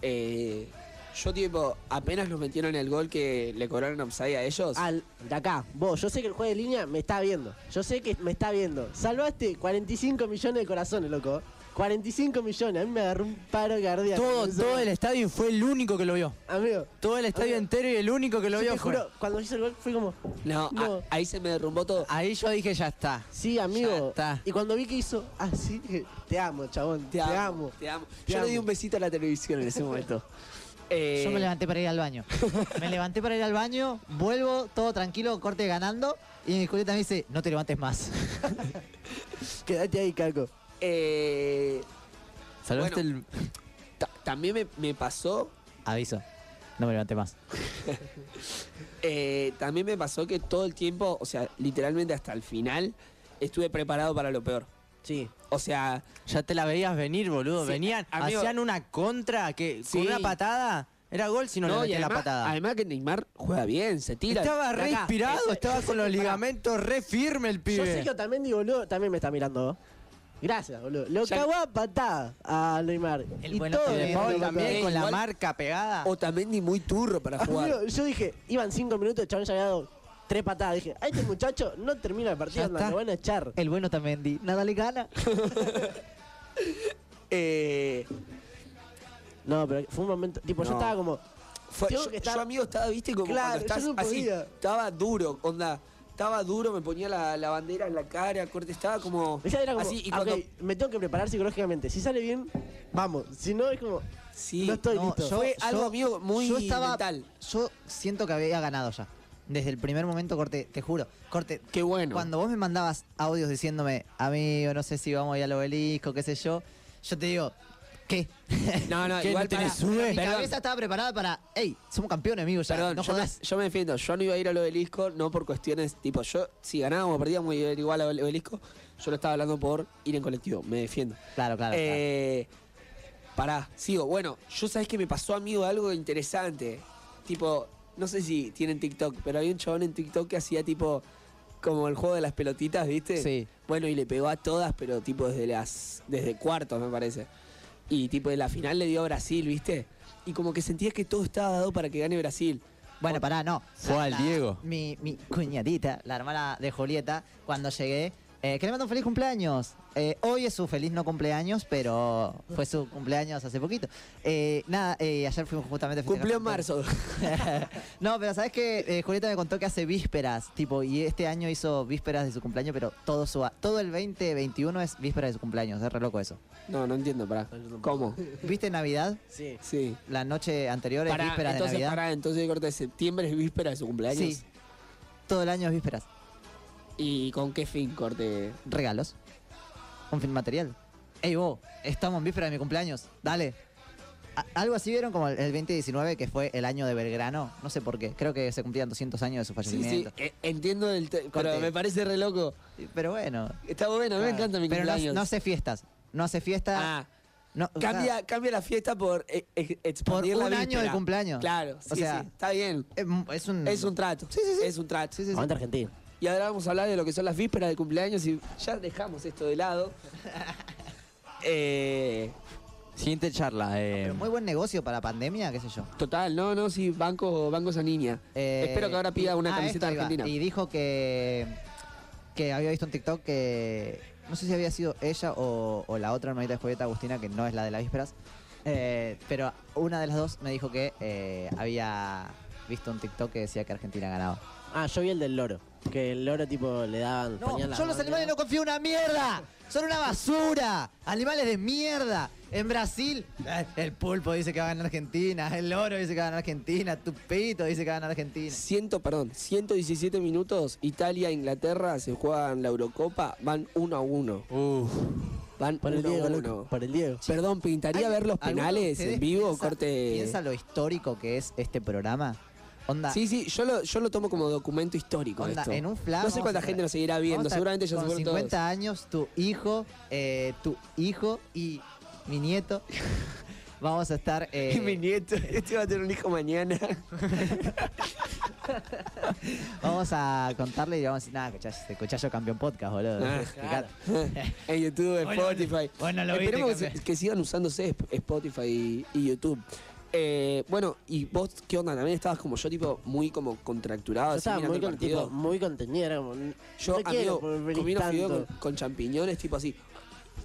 Speaker 6: Eh, Yo, tipo, apenas nos metieron el gol que le cobraron offside a ellos.
Speaker 9: Al, de acá, vos, yo sé que el juez de línea me está viendo. Yo sé que me está viendo. Salvaste 45 millones de corazones, loco. 45 millones. A mí me agarró un paro cardíaco.
Speaker 10: Todo,
Speaker 9: Eso-
Speaker 10: todo el estadio fue el único que lo vio.
Speaker 9: Amigo.
Speaker 10: Todo el estadio
Speaker 9: Amigo.
Speaker 10: entero y el único que lo
Speaker 9: yo
Speaker 10: vio
Speaker 9: te
Speaker 10: fue.
Speaker 9: juro, cuando hizo el gol fue como,
Speaker 6: No, a-
Speaker 9: No.
Speaker 6: ahí se me derrumbó todo.
Speaker 10: Ahí yo dije, ya está.
Speaker 9: sí, amigo.
Speaker 10: está.
Speaker 9: Y cuando vi que hizo así, dije, te amo, chabón, te, amo.
Speaker 6: Te amo.
Speaker 9: Te
Speaker 6: Yo le di
Speaker 9: amo.
Speaker 6: un besito a la televisión en ese momento. Eh,
Speaker 8: Yo me levanté para ir al baño. Me levanté para ir al baño, vuelvo, todo tranquilo, corte ganando. Y mi Julieta me dice, no te levantes más.
Speaker 9: Quédate ahí, Caco.
Speaker 6: eh,
Speaker 10: Salvaste el.
Speaker 6: ta- también me, me pasó,
Speaker 8: Aviso, no me levanté más.
Speaker 6: eh, también me pasó que todo el tiempo, o sea, literalmente hasta el final, estuve preparado para lo peor.
Speaker 9: Sí.
Speaker 6: O sea,
Speaker 10: Ya te la veías venir, boludo.
Speaker 6: Sí,
Speaker 10: Venían,
Speaker 6: amigo.
Speaker 10: hacían una contra que
Speaker 6: Sí.
Speaker 10: con una patada era gol si no, le
Speaker 6: y
Speaker 10: metías la
Speaker 6: además,
Speaker 10: patada.
Speaker 6: además que Neymar juega bien, se tira.
Speaker 10: estaba re
Speaker 6: Acá, eh,
Speaker 10: inspirado,
Speaker 6: ese-
Speaker 10: estaba
Speaker 6: yo
Speaker 10: con
Speaker 6: sé
Speaker 10: los
Speaker 6: que- pará,
Speaker 10: ligamentos re firme el
Speaker 9: Yo sé
Speaker 10: pibe.
Speaker 9: que también digo, boludo, también me está mirando. ¿oh? Gracias, boludo. Lo
Speaker 6: Ya-
Speaker 9: cagó a patada a Neymar.
Speaker 8: El
Speaker 9: y
Speaker 8: bueno
Speaker 9: todo
Speaker 8: que le
Speaker 9: le
Speaker 10: Paul
Speaker 9: mandó
Speaker 10: también
Speaker 9: patada.
Speaker 10: con la
Speaker 6: Igual-
Speaker 10: marca pegada.
Speaker 6: eh, O también ni muy turro para jugar.
Speaker 9: Amigo, yo dije, iban cinco minutos, el chabón ya había dado tres patadas. Dije, a este muchacho no termina el partido,
Speaker 8: Ya
Speaker 9: anda,
Speaker 8: está.
Speaker 9: lo van a echar.
Speaker 8: El bueno también di, nada le gana.
Speaker 6: Eh,
Speaker 9: No, pero fue un momento, tipo, yo
Speaker 6: No.
Speaker 9: estaba como,
Speaker 6: fue-
Speaker 9: Tengo
Speaker 6: yo,
Speaker 9: que estar-
Speaker 6: yo, amigo, estaba, viste, como
Speaker 9: Claro,
Speaker 6: cuando estás
Speaker 9: yo no
Speaker 6: así.
Speaker 9: podía.
Speaker 6: Estaba duro, onda. Estaba duro, me ponía la, la bandera en la cara, corte, estaba como.
Speaker 9: ella era como,
Speaker 6: así, y
Speaker 9: "Ah, ok,
Speaker 6: cuando.
Speaker 9: me tengo que preparar psicológicamente. Si sale bien, vamos. Si no, es como,
Speaker 6: Sí,
Speaker 9: no estoy
Speaker 8: No,
Speaker 9: listo.
Speaker 8: yo-
Speaker 6: Fue algo, amigo, muy
Speaker 8: yo estaba,
Speaker 6: mental.
Speaker 8: Yo siento que había ganado ya. Desde el primer momento, Corte, te juro. Corte,
Speaker 6: Qué bueno.
Speaker 8: cuando vos me mandabas audios diciéndome, amigo, no sé si vamos a ir al obelisco, qué sé yo, yo te digo, ¿qué?
Speaker 6: No, no,
Speaker 10: ¿Qué,
Speaker 6: igual
Speaker 10: no te
Speaker 6: pará.
Speaker 10: le sube?
Speaker 8: Mi
Speaker 6: Perdón,
Speaker 8: cabeza estaba preparada para, hey, somos campeones, amigo, ya,
Speaker 6: perdón,
Speaker 8: no
Speaker 6: yo, me,
Speaker 8: jodás.
Speaker 6: yo me defiendo. Yo no iba a ir al obelisco, no por cuestiones tipo, yo, si ganábamos o perdíamos, iba a ir igual al obelisco. Yo lo estaba hablando por ir en colectivo, me defiendo.
Speaker 8: Claro, claro.
Speaker 6: Eh, Pará, sigo. Bueno, yo sabés que me pasó, amigo, algo interesante. Tipo, no sé si tienen TikTok, pero había un chabón en TikTok que hacía tipo, como el juego de las pelotitas, ¿viste?
Speaker 10: Sí.
Speaker 6: Bueno, y le pegó a todas, pero tipo desde las. desde cuartos, me parece. Y tipo de la final le dio a Brasil, ¿viste? Y como que sentías que todo estaba dado para que gane Brasil.
Speaker 8: Bueno, pará, no.
Speaker 10: Fue
Speaker 8: La-
Speaker 10: al
Speaker 8: la-
Speaker 10: Diego.
Speaker 8: Mi, mi cuñadita, la hermana de Julieta, cuando llegué, eh, que le mando un feliz cumpleaños. Eh, hoy es su feliz no cumpleaños, pero fue su cumpleaños hace poquito. Eh, nada, eh, ayer fuimos justamente a festejar
Speaker 6: Cumplió en
Speaker 8: juntos.
Speaker 6: marzo.
Speaker 8: no, pero sabes que Julieta me contó que hace vísperas, tipo, y este año hizo vísperas de su cumpleaños, pero todo su a- todo el 2021 es vísperas de su cumpleaños, es re loco eso.
Speaker 6: No, no entiendo, pará. ¿Cómo?
Speaker 8: ¿Viste Navidad?
Speaker 9: Sí.
Speaker 6: Sí.
Speaker 8: La noche anterior es
Speaker 6: Pará,
Speaker 8: vísperas de
Speaker 6: entonces,
Speaker 8: Navidad.
Speaker 6: pará, entonces corte de septiembre es víspera de su cumpleaños.
Speaker 8: Sí. Todo el año es vísperas.
Speaker 6: ¿Y con qué fin corte?
Speaker 8: regalos. Un film material. Ey, vos, estamos en víspera de mi cumpleaños. Dale. A- algo así vieron como el, el 2019, que fue el año de Belgrano. No sé por qué. Creo que se cumplían 200 años de su
Speaker 6: Sí, sí,
Speaker 8: fallecimiento.
Speaker 6: eh, entiendo el te- pero
Speaker 8: Corte.
Speaker 6: me parece re loco.
Speaker 8: Pero bueno.
Speaker 6: Está bueno, me encanta mi
Speaker 8: Pero no,
Speaker 6: cumpleaños.
Speaker 8: no hace fiestas. No hace fiesta.
Speaker 6: Ah,
Speaker 8: no, o sea,
Speaker 6: cambia, cambia la fiesta por eh, eh,
Speaker 8: por
Speaker 6: expandir
Speaker 8: un
Speaker 6: la
Speaker 8: año
Speaker 6: víspera.
Speaker 8: de cumpleaños.
Speaker 6: Claro, sí,
Speaker 8: O sea,
Speaker 6: sí, está bien.
Speaker 8: em, es un.
Speaker 6: Es un trato.
Speaker 8: Sí, sí, sí.
Speaker 6: Es un trato.
Speaker 8: Sí, sí, sí.
Speaker 9: Aguante Argentina.
Speaker 6: Y ahora vamos a hablar de lo que son las vísperas de cumpleaños y ya dejamos esto de lado. Eh,
Speaker 10: Siguiente charla. eh,
Speaker 8: Pero muy buen negocio para pandemia, qué sé yo.
Speaker 6: total, no, no, sí, banco, banco esa niña.
Speaker 8: Eh,
Speaker 6: Espero que ahora pida
Speaker 8: y-
Speaker 6: una
Speaker 8: ah,
Speaker 6: camiseta
Speaker 8: esto iba.
Speaker 6: argentina.
Speaker 8: Y dijo que, que había visto un TikTok que no sé si había sido ella o, o la otra hermanita de Julieta Agustina, que no es la de las vísperas. eh, pero una de las dos me dijo que eh, había visto un TikTok que decía que Argentina ganaba.
Speaker 9: Ah, yo vi el del loro. Que el loro, tipo, le daban.
Speaker 8: No,
Speaker 9: ponían la
Speaker 8: yo en los
Speaker 9: bandera.
Speaker 8: animales no confío una mierda. Son una basura. Animales de mierda. En Brasil, eh, el pulpo dice que va a ganar Argentina. El loro dice que va a ganar Argentina. Tupito dice que va a ganar Argentina.
Speaker 6: Ciento, perdón, 117 minutos, Italia e Inglaterra se juegan la Eurocopa, van uno a uno.
Speaker 10: uf.
Speaker 6: Van
Speaker 9: Por el
Speaker 6: uno
Speaker 9: Diego,
Speaker 6: a
Speaker 9: loco.
Speaker 6: uno.
Speaker 9: Por el Diego.
Speaker 6: Perdón, pintaría
Speaker 8: ¿Hay-
Speaker 6: ver los
Speaker 8: alguno de
Speaker 6: penales
Speaker 8: ustedes
Speaker 6: en vivo,
Speaker 8: piensa-
Speaker 6: corte.
Speaker 8: Piensa lo histórico que es este programa. Onda,
Speaker 6: Sí, sí, yo lo, yo lo tomo como documento histórico
Speaker 8: onda,
Speaker 6: esto.
Speaker 8: en un flash.
Speaker 6: no sé cuánta gente lo seguirá viendo, seguramente ya se
Speaker 8: con
Speaker 6: fueron
Speaker 8: 50
Speaker 6: todos.
Speaker 8: años, tu hijo, eh, tu hijo y mi nieto. Vamos a estar. eh,
Speaker 6: Y mi nieto, este va a tener un hijo mañana.
Speaker 8: vamos a contarle y vamos a decir, nada, cochazo, cochazo campeón podcast, boludo.
Speaker 6: Ah,
Speaker 8: Fijate.
Speaker 6: en YouTube, en
Speaker 4: Bueno,
Speaker 6: Spotify.
Speaker 4: bueno, lo viste,
Speaker 6: Esperemos que,
Speaker 4: campeón.
Speaker 6: se- que sigan usándose Sp- Spotify y, y YouTube. Eh, bueno, ¿y vos qué onda? También estabas como yo, tipo, muy como contracturado.
Speaker 9: Yo
Speaker 6: así,
Speaker 9: estaba muy,
Speaker 6: mirando el
Speaker 9: con,
Speaker 6: partido.
Speaker 9: tipo, muy contenida. era como,
Speaker 6: Yo,
Speaker 9: no quiero
Speaker 6: amigo,
Speaker 9: volver
Speaker 6: comí unos fideos con,
Speaker 9: tanto.
Speaker 6: con champiñones, tipo así.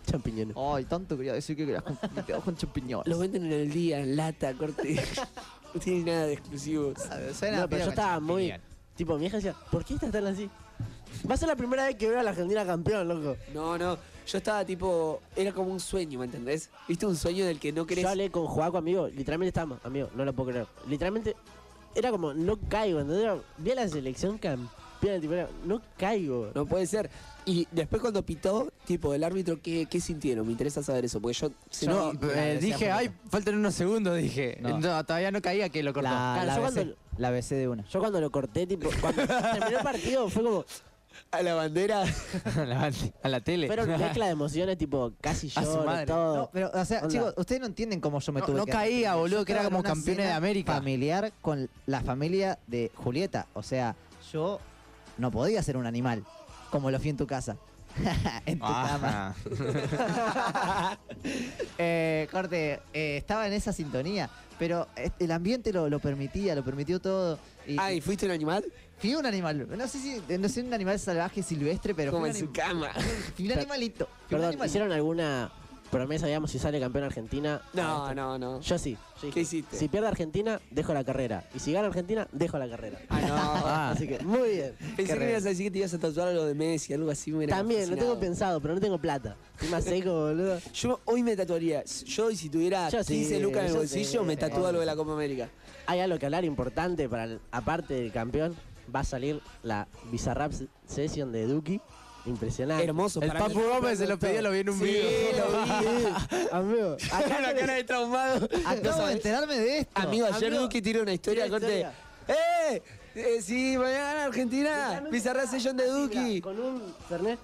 Speaker 9: Champiñones.
Speaker 8: Ay, tanto quería decir que querías con, fideos con champiñones.
Speaker 6: Los venden en el día, en lata, corte. no tienen nada de exclusivo.
Speaker 8: Ah, Suena
Speaker 9: No, pero yo estaba muy. Tipo, mi hija decía, ¿por qué estás tan así? Va a ser la primera vez que veo a la Argentina campeón, loco.
Speaker 6: No, no. Yo estaba tipo. Era como un sueño, ¿me entendés? ¿Viste un sueño del que no querés.
Speaker 9: Yo hablé con Juaco, amigo, literalmente estábamos, amigo, no lo puedo creer. Literalmente, era como, no caigo, ¿entendés? Era- Vi a la selección campeona, tipo, era, no caigo.
Speaker 6: No puede ser. Y después cuando pitó, tipo, el árbitro, ¿qué, qué sintieron? Me interesa saber eso, porque yo... si
Speaker 1: No,
Speaker 6: no-
Speaker 1: eh, dije, ay, faltan unos segundos, dije.
Speaker 8: No.
Speaker 1: No. todavía no caía que lo cortó.
Speaker 8: La,
Speaker 9: Claro,
Speaker 8: la,
Speaker 9: yo
Speaker 8: BC,
Speaker 9: cuando-
Speaker 8: la BC de una.
Speaker 9: Yo cuando lo corté, tipo, cuando terminó el partido, fue como,
Speaker 6: a la bandera...
Speaker 1: a, la, a la tele.
Speaker 9: fueron mezcla de emociones, tipo, casi
Speaker 1: A su
Speaker 9: lloro,
Speaker 1: madre.
Speaker 9: todo.
Speaker 8: No, pero, o sea,
Speaker 9: Onda.
Speaker 8: chicos, ustedes no entienden cómo yo me
Speaker 1: No-
Speaker 8: tuve
Speaker 1: no
Speaker 8: que
Speaker 1: caía,
Speaker 8: arrepentir.
Speaker 1: boludo,
Speaker 8: Yo
Speaker 1: que era
Speaker 8: estaba en
Speaker 1: como
Speaker 8: una
Speaker 1: campeones de
Speaker 8: cena
Speaker 1: América.
Speaker 8: familiar con la familia de Julieta. O sea, yo no podía ser un animal, como lo fui en tu casa. en tu
Speaker 1: Ah.
Speaker 8: cama.
Speaker 1: Ajá.
Speaker 8: Eh, corte, eh, estaba en esa sintonía, pero eh, el ambiente lo, lo permitía, lo permitió todo. Y,
Speaker 6: Ay, ¿fuiste un animal?
Speaker 8: fui un animal, no sé si, no sé un animal salvaje silvestre, pero
Speaker 6: como
Speaker 8: fui
Speaker 6: en
Speaker 8: un,
Speaker 6: su
Speaker 8: anim-
Speaker 6: cama.
Speaker 8: fui un animalito. Fui un
Speaker 9: Perdón,
Speaker 8: animalito.
Speaker 9: ¿hicieron alguna promesa, digamos, si sale campeón Argentina?
Speaker 6: No,
Speaker 9: Ah,
Speaker 6: no, no.
Speaker 9: Yo sí. Yo
Speaker 6: ¿Qué
Speaker 9: dije,
Speaker 6: hiciste?
Speaker 9: Si pierde Argentina, dejo la carrera. Y si gana Argentina, dejo la carrera.
Speaker 6: Ah, no.
Speaker 9: Así que, muy bien.
Speaker 6: Pensé que me ibas a decir que te ibas a tatuar algo de Messi, algo así. me hubiera
Speaker 9: También, lo tengo
Speaker 6: fascinado.
Speaker 9: pensado, pero no tengo plata. Estoy más seco, boludo.
Speaker 6: Yo hoy me tatuaría. Yo hoy si tuviera
Speaker 9: Yo sí,
Speaker 6: 15 lucas en el
Speaker 9: yo
Speaker 6: bolsillo,
Speaker 9: sí,
Speaker 6: me
Speaker 9: sí.
Speaker 6: tatúo algo de la Copa América.
Speaker 9: Hay algo que hablar importante para, el- aparte del campeón. Va a salir la Bizarrap Session de Duki. Impresionante.
Speaker 6: Hermoso.
Speaker 1: El
Speaker 6: para mí.
Speaker 1: Papu Gómez se lo pedía, lo vi en un
Speaker 6: Sí,
Speaker 1: video.
Speaker 6: lo vi. eh.
Speaker 9: Amigo,
Speaker 6: Acá la cara de traumado. No
Speaker 8: Acabo de
Speaker 6: sabés.
Speaker 8: enterarme de esto.
Speaker 6: Amigo, ayer
Speaker 9: Amigo,
Speaker 6: Duque tiró una historia,
Speaker 9: tiró una
Speaker 6: corte. ¡Eh! eh, sí, mañana gana Argentina. Pizarra sesión de Duki.
Speaker 9: Con un Fernet.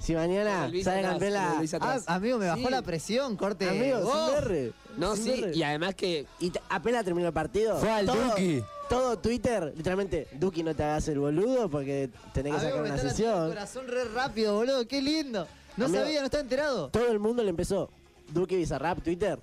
Speaker 9: Si
Speaker 6: Con
Speaker 9: mañana
Speaker 6: el Luis
Speaker 9: sale
Speaker 6: atrás,
Speaker 9: campeón
Speaker 6: con
Speaker 9: la...
Speaker 6: el Luis
Speaker 8: Ah,
Speaker 6: atrás.
Speaker 8: amigo, me bajó
Speaker 6: Sí.
Speaker 8: la presión, corte.
Speaker 9: Amigo,
Speaker 8: Vos,
Speaker 9: sin R.
Speaker 6: No,
Speaker 9: sin
Speaker 6: sí,
Speaker 9: R.
Speaker 6: y además que.
Speaker 9: Y t- apenas terminó el partido.
Speaker 1: Fue al
Speaker 9: todo,
Speaker 1: Duki.
Speaker 9: Todo Twitter, literalmente, Duki no te hagas el boludo porque tenés que
Speaker 8: amigo,
Speaker 9: sacar
Speaker 8: me
Speaker 9: una
Speaker 8: está latiendo el
Speaker 9: sesión.
Speaker 8: corazón re rápido, boludo, qué lindo. No
Speaker 9: Amigo.
Speaker 8: sabía, no estaba enterado.
Speaker 9: Todo el mundo le empezó, Duki Bizarrap, Twitter,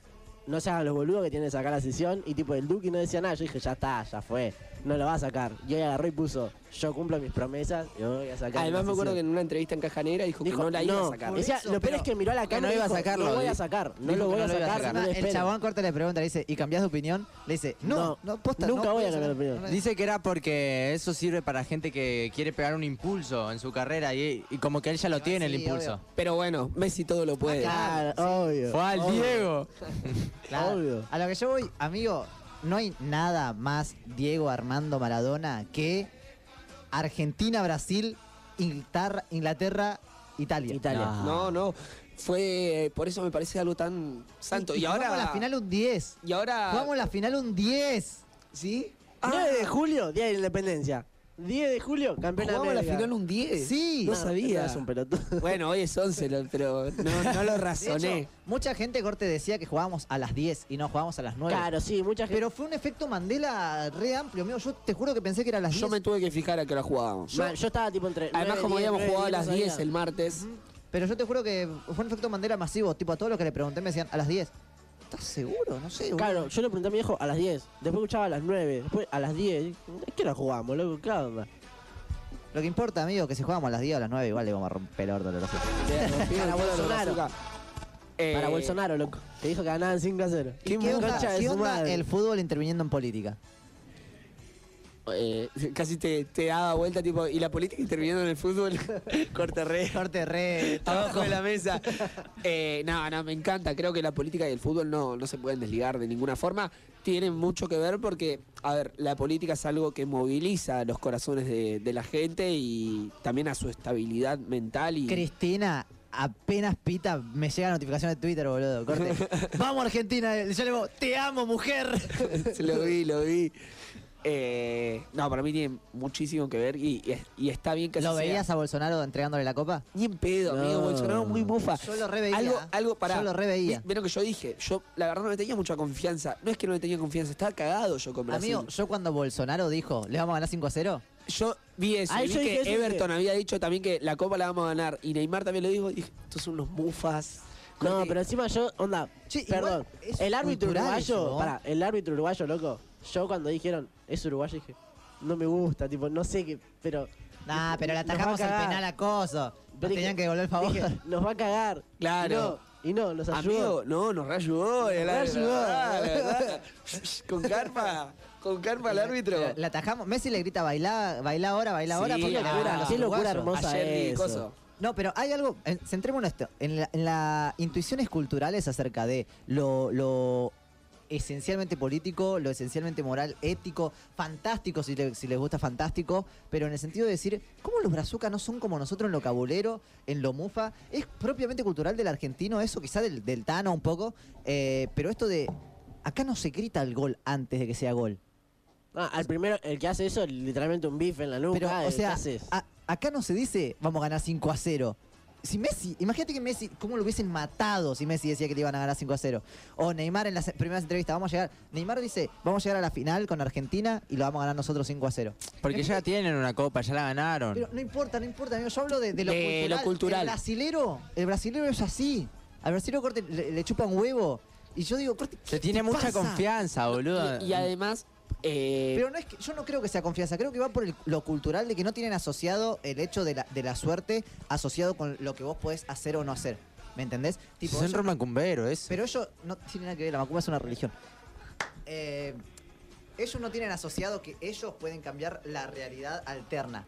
Speaker 9: no se hagan los boludos que tienen que sacar la sesión. Y tipo, el Duki no decía nada. Yo dije, ya está, ya fue, no lo va a sacar. Y hoy agarró y puso, yo cumplo mis promesas, yo voy a sacar
Speaker 6: Además
Speaker 9: la
Speaker 6: me acuerdo que
Speaker 9: sesión".
Speaker 6: en una entrevista en Caja Negra dijo,
Speaker 9: Dijo,
Speaker 6: que no la iba a sacar.
Speaker 8: por
Speaker 9: Decía,
Speaker 8: eso,
Speaker 9: lo peor
Speaker 8: pero-
Speaker 9: es que miró a la
Speaker 1: que no
Speaker 9: cámara y
Speaker 1: iba a
Speaker 9: dijo,
Speaker 1: sacarlo,
Speaker 9: No voy a
Speaker 1: di-
Speaker 9: sacar, no
Speaker 1: dijo
Speaker 9: lo
Speaker 1: que
Speaker 9: voy
Speaker 1: no
Speaker 9: a
Speaker 1: lo iba a
Speaker 9: sacar.
Speaker 1: sacar.
Speaker 9: no
Speaker 8: Encima,
Speaker 9: lo
Speaker 8: el
Speaker 9: esperen".
Speaker 8: chabón corta le pregunta, le dice, ¿y cambiás de opinión? Le dice, no,
Speaker 9: No,
Speaker 8: no, posta,
Speaker 9: nunca
Speaker 8: no
Speaker 9: voy a
Speaker 8: puedo
Speaker 9: cambiar de
Speaker 8: sacar-
Speaker 9: opinión.
Speaker 1: Dice que era porque eso sirve para gente que quiere pegar un impulso en su carrera y, y como que él ya lo tiene el
Speaker 8: Ah, sí,
Speaker 1: impulso.
Speaker 6: Pero bueno, Messi todo lo puede.
Speaker 9: Claro, obvio.
Speaker 1: Fue al
Speaker 9: obvio.
Speaker 1: Diego.
Speaker 8: Claro.
Speaker 9: Obvio.
Speaker 8: A lo que yo voy, amigo, no hay nada más Diego Armando Maradona que Argentina, Brasil, Inglaterra, Inglaterra Italia.
Speaker 9: Italia.
Speaker 6: No, no. Fue. eh, Por eso me parece algo tan santo. Y, ahora. Ah.
Speaker 8: Jugamos la final un 10.
Speaker 6: Y ahora.
Speaker 8: Jugamos la final un 10.
Speaker 6: ¿Sí? Ah.
Speaker 9: 9 de julio, Día de la Independencia. 10 de julio, campeón de
Speaker 6: jugamos la
Speaker 9: América.
Speaker 6: final un 10.
Speaker 8: Sí.
Speaker 6: No
Speaker 9: Ah,
Speaker 6: sabía.
Speaker 9: Es un pelotudo.
Speaker 6: Bueno, hoy es 11, lo- pero no, no lo
Speaker 8: De hecho,
Speaker 6: razoné.
Speaker 8: mucha gente corte decía que jugábamos a las 10 y no jugábamos a las 9.
Speaker 9: Claro, sí, mucha gente.
Speaker 8: Pero fue un efecto Mandela re amplio, amigo. Yo te juro que pensé que era a las 10.
Speaker 6: Yo me tuve que fijar a qué hora jugábamos.
Speaker 9: yo, yo estaba tipo entre.
Speaker 6: Además,
Speaker 9: nueve,
Speaker 6: como
Speaker 9: diez,
Speaker 6: habíamos
Speaker 9: nueve,
Speaker 6: jugado a las
Speaker 9: no
Speaker 6: 10
Speaker 9: sabía.
Speaker 6: el martes,
Speaker 8: Pero yo te juro que fue un efecto Mandela masivo. Tipo, a todos los que le pregunté me decían, a las 10. ¿Estás seguro? No sé. boludo.
Speaker 9: Claro, yo le pregunté a mi viejo a las 10. Después escuchaba a las 9. Después a las 10. ¿Qué hora jugamos, loco? ¿Qué onda?
Speaker 8: Lo que importa, amigo, que si jugamos a las 10 o a las 9, igual le vamos a romper el orto a los otros.
Speaker 6: le rompieron
Speaker 9: Para
Speaker 6: todo lo de
Speaker 9: Bolsonaro.
Speaker 6: Bazooka. Eh,
Speaker 9: Para Bolsonaro, loco. Que dijo que ganaban 5 a 0.
Speaker 8: ¿Y ¿Qué onda,
Speaker 9: concha de
Speaker 8: qué
Speaker 9: su
Speaker 8: onda
Speaker 9: madre.
Speaker 8: el fútbol interviniendo en política?
Speaker 6: eh, casi te, te daba vuelta, tipo, y la política interviniendo en el fútbol, corte re.
Speaker 8: Corte re.
Speaker 6: Abajo de la mesa. Eh, no, no, me encanta. Creo que la política y el fútbol no, no se pueden desligar de ninguna forma. Tienen mucho que ver porque, a ver, la política es algo que moviliza los corazones de, de la gente y también a su estabilidad mental. y
Speaker 8: Cristina, apenas pita, me llega la notificación de Twitter, boludo. Corte. Vamos, Argentina. Yo le digo, te amo, mujer.
Speaker 6: Lo vi, lo vi. Eh, no, para mí tiene muchísimo que ver y, y- y está bien que así
Speaker 8: ¿Lo
Speaker 6: sea.
Speaker 8: veías a Bolsonaro entregándole la copa?
Speaker 6: Ni en pedo, amigo.
Speaker 9: No.
Speaker 6: Bolsonaro muy mufa.
Speaker 8: Yo lo reveía.
Speaker 6: Algo, algo para.
Speaker 8: Yo lo reveía.
Speaker 6: Ve lo que yo dije. Yo, la verdad, no le tenía mucha confianza. No es que no le tenía confianza, estaba cagado yo con Brasil.
Speaker 8: Amigo, yo cuando Bolsonaro dijo, le vamos a ganar 5 a 0,
Speaker 6: Yo vi eso.
Speaker 9: Ahí
Speaker 6: y vi
Speaker 9: Ah, yo
Speaker 6: que
Speaker 9: dije eso y
Speaker 6: Everton
Speaker 9: dije-
Speaker 6: había dicho también que la copa la vamos a ganar. Y Neymar también lo dijo. Y dije, estos son unos mufas.
Speaker 9: No,
Speaker 6: Corte,
Speaker 9: pero encima yo, onda,
Speaker 8: Che, igual
Speaker 9: Perdón,
Speaker 8: es
Speaker 9: el árbitro
Speaker 8: cultural
Speaker 9: uruguayo,
Speaker 8: eso, ¿no?
Speaker 9: pará, el árbitro uruguayo, loco, yo cuando dijeron, es uruguayo, dije, no me gusta, tipo, no sé qué, pero...
Speaker 8: Nah, pero le
Speaker 9: Nos va a
Speaker 8: atajamos al
Speaker 9: cagar.
Speaker 8: penal acoso. Nos tenían que devolver el favor.
Speaker 9: Dije, nos va a cagar.
Speaker 6: Claro.
Speaker 9: Y no, y no, nos ayudó.
Speaker 6: Amigo, no, nos reayudó. el
Speaker 9: Nos
Speaker 6: árbitro,
Speaker 9: reayudó.
Speaker 6: la verdad. con carpa, con carpa el árbitro.
Speaker 8: La atajamos. Messi le grita, baila, baila ahora, baila ahora.
Speaker 6: Sí,
Speaker 8: porque le
Speaker 6: locura,
Speaker 8: ganaron los
Speaker 9: qué locura
Speaker 8: uruguayos.
Speaker 9: hermosa. cosa
Speaker 6: Ayer vi
Speaker 9: eso.
Speaker 6: coso.
Speaker 8: No, pero hay algo, eh, centrémonos en esto, en, la- en las intuiciones culturales acerca de lo, lo esencialmente político, lo esencialmente moral, ético, fantástico, si, le- si les gusta fantástico, pero en el sentido de decir, ¿cómo los brazucas no son como nosotros en lo cabulero, en lo mufa? Es propiamente cultural del argentino eso, quizá del, del Tano un poco, eh, pero esto de, acá no se grita el gol antes de que sea gol.
Speaker 9: Ah, al primero, el que hace eso, literalmente un bife en la nuca,
Speaker 8: Pero,
Speaker 9: eh,
Speaker 8: o
Speaker 9: ¿qué
Speaker 8: sea,
Speaker 9: haces?
Speaker 6: ah,
Speaker 8: a- acá no se dice vamos a ganar 5 a 0. Si Messi, imagínate que Messi, ¿cómo lo hubiesen matado si Messi decía que le iban a ganar 5 a 0? O Neymar en las primeras entrevistas, vamos a llegar. Neymar dice, vamos a llegar a la final con Argentina y lo vamos a ganar nosotros 5 a 0.
Speaker 10: Porque ya tienen una copa, ya la ganaron.
Speaker 8: Pero no importa, no importa, amigo. Yo hablo de, de lo,
Speaker 6: De
Speaker 8: cultural.
Speaker 6: lo cultural.
Speaker 8: El brasilero, el brasilero es así. Al brasilero corte le, le chupa un huevo. Y yo digo, corte, ¿qué
Speaker 10: Se tiene
Speaker 8: te
Speaker 10: mucha
Speaker 8: pasa?
Speaker 10: confianza, boludo.
Speaker 1: Mm,
Speaker 6: Y, y además, eh,
Speaker 8: Pero no es que, yo no creo que sea confianza, creo que va por el- lo cultural de que no tienen asociado el hecho de la, de la suerte asociado con lo que vos podés hacer o no hacer. ¿Me entendés? Tipo,
Speaker 10: son
Speaker 8: ellos-
Speaker 10: romacumberos, eso.
Speaker 8: pero ellos no tienen nada que ver, la macumba es una religión. Eh, ellos no tienen asociado que ellos pueden cambiar la realidad alterna.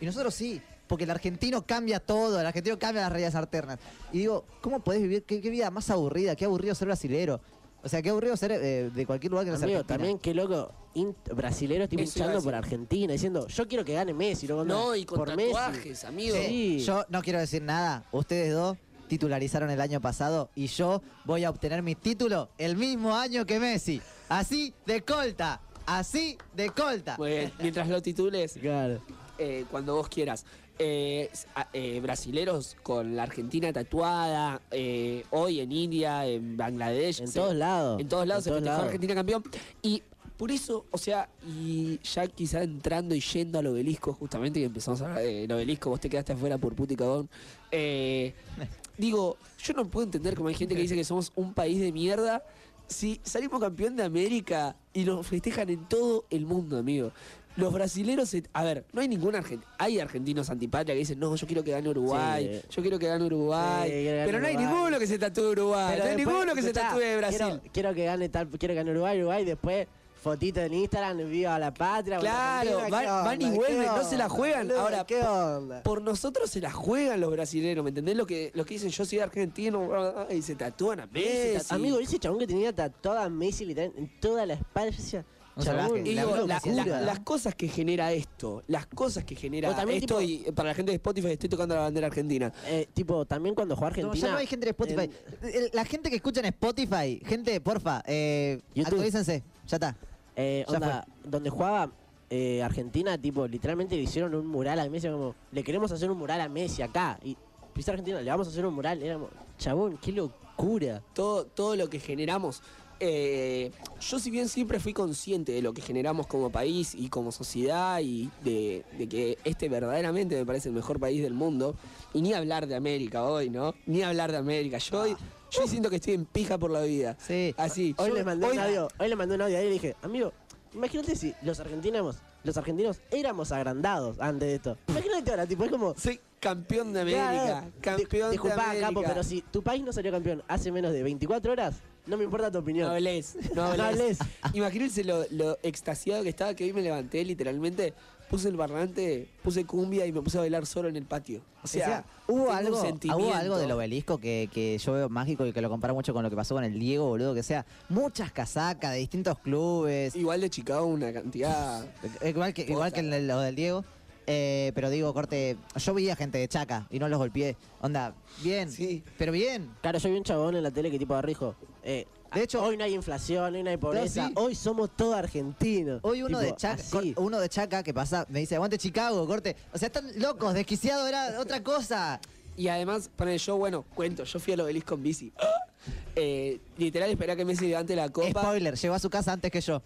Speaker 8: Y nosotros sí, porque el argentino cambia todo, el argentino cambia las realidades alternas. Y digo, ¿cómo podés vivir? ¿Qué, qué vida más aburrida? ¿Qué aburrido ser brasilero? O sea, qué aburrido ser eh, de cualquier lugar que no sea
Speaker 9: Amigo,
Speaker 8: Argentina.
Speaker 9: también qué loco, in- brasileros tipo
Speaker 6: Eso iba a
Speaker 9: hinchando
Speaker 6: decir.
Speaker 9: por Argentina, diciendo, yo quiero que gane Messi, loco,
Speaker 6: no,
Speaker 9: anda,
Speaker 6: y con
Speaker 9: por
Speaker 6: tatuajes,
Speaker 9: Messi.
Speaker 6: amigo.
Speaker 9: Sí.
Speaker 8: Yo no quiero decir nada. Ustedes dos titularizaron el año pasado y yo voy a obtener mi título el mismo año que Messi. Así de colta. Así de colta.
Speaker 6: Muy bien, Pues, mientras lo titules,
Speaker 9: Claro.
Speaker 6: eh, cuando vos quieras. Eh, s- a- eh, brasileros con la Argentina tatuada, eh, hoy en India, en Bangladesh.
Speaker 9: En
Speaker 6: se-
Speaker 9: todos lados.
Speaker 6: En todos lados se festejó
Speaker 9: lados.
Speaker 6: Argentina campeón. Y por eso, o sea, y ya quizá entrando y yendo al obelisco, justamente, que empezamos a hablar del obelisco, vos te quedaste afuera por puto y cagón. Eh, digo, yo no puedo entender cómo hay gente que dice que somos un país de mierda. Si salimos campeón de América y nos festejan en todo el mundo, amigo. Los brasileros, se- a ver, no hay ningún argentino, hay argentinos antipatria que dicen, no, yo quiero que gane Uruguay,
Speaker 9: Sí.
Speaker 6: yo quiero que gane Uruguay,
Speaker 9: Sí, quiero que
Speaker 6: pero
Speaker 9: gane
Speaker 6: no hay
Speaker 9: Uruguay.
Speaker 6: ninguno que se tatúe Uruguay,
Speaker 9: Pero
Speaker 6: no hay
Speaker 9: después,
Speaker 6: ninguno que se
Speaker 9: escuchá,
Speaker 6: tatúe de Brasil.
Speaker 9: Quiero, quiero que gane tal, quiero que gane Uruguay, Uruguay, después fotito en Instagram, viva la patria.
Speaker 6: Claro,
Speaker 9: Argentina, ¿qué
Speaker 6: van, van y
Speaker 9: onda?
Speaker 6: vuelven,
Speaker 9: ¿Qué
Speaker 6: no se la
Speaker 9: onda,
Speaker 6: juegan.
Speaker 9: boludo?
Speaker 6: Ahora,
Speaker 9: ¿qué
Speaker 6: po-
Speaker 9: onda?
Speaker 6: por nosotros se la juegan los brasileños, ¿me entendés? Lo que, lo que dicen, yo soy argentino, bla, bla, bla, y se tatúan a
Speaker 9: Ese
Speaker 6: Messi.
Speaker 9: ta- Amigo, ese chabón que tenía tatuada a Messi literal en toda la espalda, yo decía,
Speaker 8: Un
Speaker 9: chabón,
Speaker 8: salvaje,
Speaker 6: Y
Speaker 8: la
Speaker 6: digo,
Speaker 8: locura.
Speaker 6: la- la- las cosas que genera esto, las cosas que genera
Speaker 9: O también,
Speaker 6: esto,
Speaker 9: tipo-
Speaker 6: y para la gente de Spotify estoy tocando la bandera argentina.
Speaker 9: eh, tipo, también cuando jugó Argentina.
Speaker 8: No, ya no hay gente de Spotify.
Speaker 9: en-
Speaker 8: El- La gente que escucha en Spotify, gente, porfa, eh,
Speaker 9: YouTube.
Speaker 8: actualícense. Ya está.
Speaker 9: Eh,
Speaker 8: Ya
Speaker 9: onda, donde jugaba eh, Argentina, tipo, literalmente le hicieron un mural a Messi, como, le queremos hacer un mural a Messi acá. Y pisa Argentina, le vamos a hacer un mural. Era como, chabón, qué locura.
Speaker 6: todo, todo lo que generamos. Eh, yo si bien siempre fui consciente de lo que generamos como país y como sociedad y de, de que este verdaderamente me parece el mejor país del mundo, y ni hablar de América hoy, ¿no? Ni hablar de América. Yo, hoy-
Speaker 9: Ah.
Speaker 6: yo hoy siento que estoy en pija por la vida.
Speaker 8: Sí.
Speaker 6: Así.
Speaker 9: Hoy
Speaker 6: yo-
Speaker 9: les mandé un audio, hoy le mandé un audio a él y le dije, amigo, imagínate si los argentinos, los argentinos éramos agrandados antes de esto. Imagínate ahora, tipo, es como.
Speaker 6: Soy campeón de
Speaker 9: Claro,
Speaker 6: América.
Speaker 9: di-
Speaker 6: Campeón de
Speaker 9: disculpá,
Speaker 6: América.
Speaker 9: Capo, pero si tu país no salió campeón hace menos de 24 horas, no me importa tu opinión.
Speaker 6: No hables, no hables.
Speaker 9: No hables.
Speaker 6: Imagínense lo, lo extasiado que estaba que hoy me levanté, literalmente puse el barrante, puse cumbia y me puse a bailar solo en el patio. O sea,
Speaker 8: Decía, hubo
Speaker 6: tengo un
Speaker 8: algo,
Speaker 6: sentimiento.
Speaker 8: hubo algo del obelisco que, que yo veo mágico y que lo comparo mucho con lo que pasó con el Diego, boludo, que sea muchas casacas de distintos clubes,
Speaker 6: Igual de Chicago una cantidad.
Speaker 8: Igual que, igual que el- lo del Diego. eh, pero digo, corte, yo vi a gente de Chaca y no los golpeé. Onda, bien,
Speaker 6: Sí.
Speaker 8: pero bien.
Speaker 9: Claro, yo vi un chabón en la tele que tipo arrijo. Eh,
Speaker 8: De hecho-
Speaker 9: hoy no hay inflación, hoy no hay pobreza,
Speaker 8: sí.
Speaker 9: hoy somos todos argentinos.
Speaker 8: Hoy uno
Speaker 9: Tipo,
Speaker 8: de Chaca,
Speaker 9: así.
Speaker 8: cor- uno de Chaca que pasa, me dice, aguante Chicago, corte. O sea, están locos, desquiciado era otra cosa.
Speaker 6: Y además, para yo, bueno, cuento, yo fui al obelisco en bici. ¡Ah! Eh, literal, esperé a que Messi levante la copa.
Speaker 8: Spoiler, llegó a su casa antes que yo.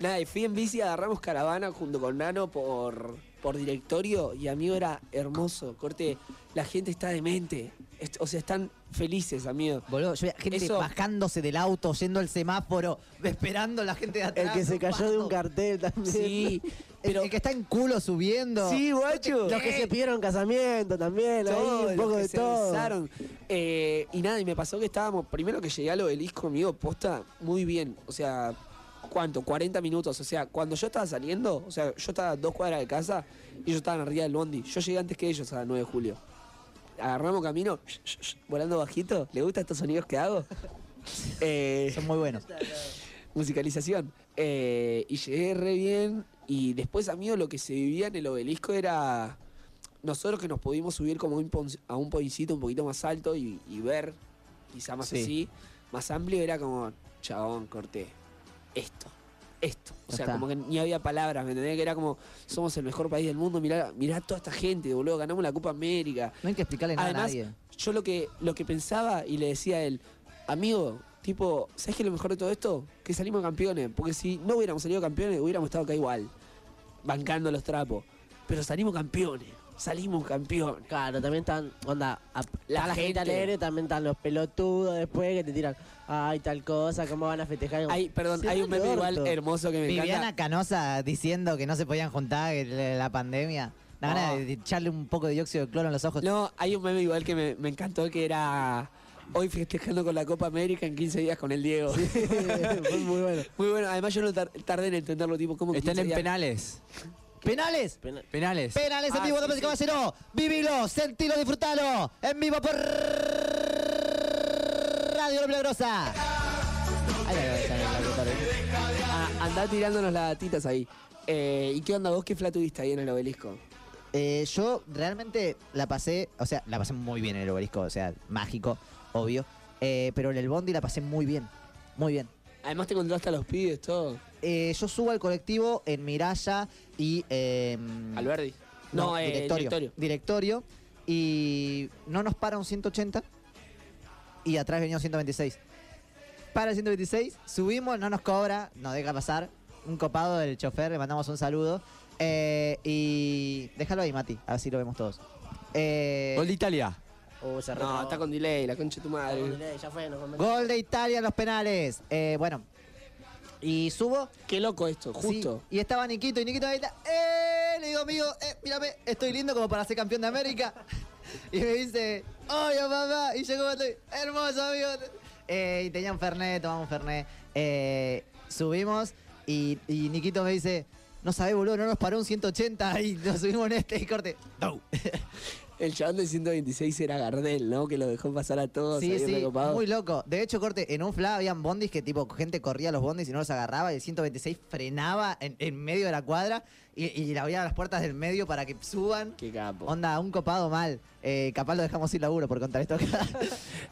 Speaker 6: Nada, y fui en bici, agarramos caravana junto con Nano por, por directorio y amigo era hermoso. Corte, la gente está demente. Est- O sea, están felices, amigo.
Speaker 8: Boludo, yo veía gente
Speaker 6: Eso-
Speaker 8: bajándose del auto, yendo al semáforo, esperando a la gente de atrás.
Speaker 9: El que se cayó de un cartel también.
Speaker 6: Sí,
Speaker 8: El, el que está en culo subiendo.
Speaker 6: sí, guacho.
Speaker 9: Los que se pidieron casamiento también, ahí,
Speaker 6: Todos
Speaker 9: un
Speaker 6: los
Speaker 9: poco
Speaker 6: que
Speaker 9: de
Speaker 6: se
Speaker 9: todo.
Speaker 6: besaron. Eh, y nada, y me pasó que estábamos, primero que llegué al obelisco, amigo, posta, muy bien. O sea, ¿cuánto? 40 minutos. O sea, cuando yo estaba saliendo, o sea, yo estaba a dos cuadras de casa y ellos estaban arriba del bondi. Yo llegué antes que ellos a la 9 de julio. Agarramos camino, volando bajito. ¿Le gustan estos sonidos que hago? Eh,
Speaker 8: Son muy buenos.
Speaker 6: musicalización. Eh, y llegué re bien. Y después, amigo, lo que se vivía en el obelisco era. Nosotros que nos pudimos subir como un pon- a un poincito un poquito más alto y, y ver, quizá más
Speaker 10: Sí.
Speaker 6: así, más amplio, era como, chabón, corté. Esto, esto. O
Speaker 8: Ya
Speaker 6: sea,
Speaker 8: está.
Speaker 6: como que ni había palabras, ¿me entendés? Que era como, somos el mejor país del mundo, mirá, mirá toda esta gente, boludo, ganamos la Copa América.
Speaker 8: No hay que explicarle nada
Speaker 6: Además,
Speaker 8: a nadie.
Speaker 6: Yo lo que, lo que pensaba y le decía a él, amigo, tipo, ¿sabes qué es lo mejor de todo esto? Que salimos campeones, porque si no hubiéramos salido campeones, hubiéramos estado acá igual, bancando los trapos. Pero salimos campeones, salimos campeones.
Speaker 9: Claro, también están, onda, a- está la gente
Speaker 6: gente.
Speaker 9: alegre, también están los pelotudos después que te tiran, ay, tal cosa, cómo van a festejar.
Speaker 6: Hay, perdón,
Speaker 9: Sí,
Speaker 6: hay un meme
Speaker 9: orto.
Speaker 6: igual hermoso que me
Speaker 8: Viviana
Speaker 6: encanta.
Speaker 8: Canosa diciendo que no se podían juntar que la la pandemia. La
Speaker 6: No.
Speaker 8: gana de echarle un poco de dióxido de cloro en los ojos.
Speaker 6: No, hay un meme igual que me, me encantó que era hoy festejando con la Copa América en 15 días con el Diego.
Speaker 9: Fue muy bueno.
Speaker 6: Muy bueno, además yo no tar- tardé en entenderlo, tipo, ¿cómo
Speaker 10: Están
Speaker 6: 15
Speaker 10: en
Speaker 6: días?
Speaker 10: penales.
Speaker 8: ¡Penales!
Speaker 10: Penales.
Speaker 8: Penales en
Speaker 6: Ah,
Speaker 8: vivo,
Speaker 6: sí,
Speaker 8: damas y
Speaker 6: sí.
Speaker 8: caballeros. Vivilo, sentilo, disfrutalo. En vivo por Radio La Milagrosa. Ahí la veo, esa es la que parece.
Speaker 6: Ah, andá tirándonos las datitas ahí. Eh, ¿Y qué onda vos? ¿Qué flatuviste ahí en el obelisco?
Speaker 8: Eh, yo realmente la pasé, o sea, la pasé muy bien en el obelisco, o sea, mágico, obvio. Eh, pero en el Bondi la pasé muy bien, muy bien.
Speaker 6: Además te encontraste a los pibes, todo.
Speaker 8: Eh, yo subo al colectivo en Miraya y... eh,
Speaker 6: Alberdi.
Speaker 8: No,
Speaker 6: No, eh,
Speaker 8: directorio,
Speaker 6: directorio.
Speaker 8: directorio. Y no nos para un 180 y atrás venía un 126. Para el 126, subimos, no nos cobra, nos deja pasar. Un copado del chofer, le mandamos un saludo. Eh, y déjalo ahí, Mati, así lo vemos todos. Eh,
Speaker 10: Gol de Italia.
Speaker 9: Uh, se retrabó.
Speaker 6: No, está con delay, la concha de tu
Speaker 9: Está con
Speaker 6: madre.
Speaker 9: delay, ya fue, nos convenció.
Speaker 8: gol de Italia en los penales. Eh, bueno, y subo.
Speaker 6: Qué loco esto,
Speaker 8: sí,
Speaker 6: justo.
Speaker 8: y estaba Niquito, y Niquito ahí está. ¡Eh! Le digo, amigo, eh, mírame, estoy lindo como para ser campeón de América. y me dice, ¡Hola, papá! Y llegó, estoy hermoso, amigo. Eh, y tenía un Fernet, tomamos un Fernet. Eh, subimos, y, y Niquito me dice, no sabés, boludo, no nos paró un 180 y nos subimos en este y corte. ¡Dau!
Speaker 6: El chabón del 126 era Gardel, ¿no? Que lo dejó pasar a todos.
Speaker 8: Sí,
Speaker 6: ahí
Speaker 8: sí,
Speaker 6: recopado.
Speaker 8: muy loco. De hecho, corte, en un fla habían bondis que tipo gente corría a los bondis y no los agarraba y el 126 frenaba en, en medio de la cuadra y, y le abrían las puertas del medio para que suban.
Speaker 6: Qué capo.
Speaker 8: Onda, un copado mal. Eh, capaz lo dejamos sin laburo por contar esto acá.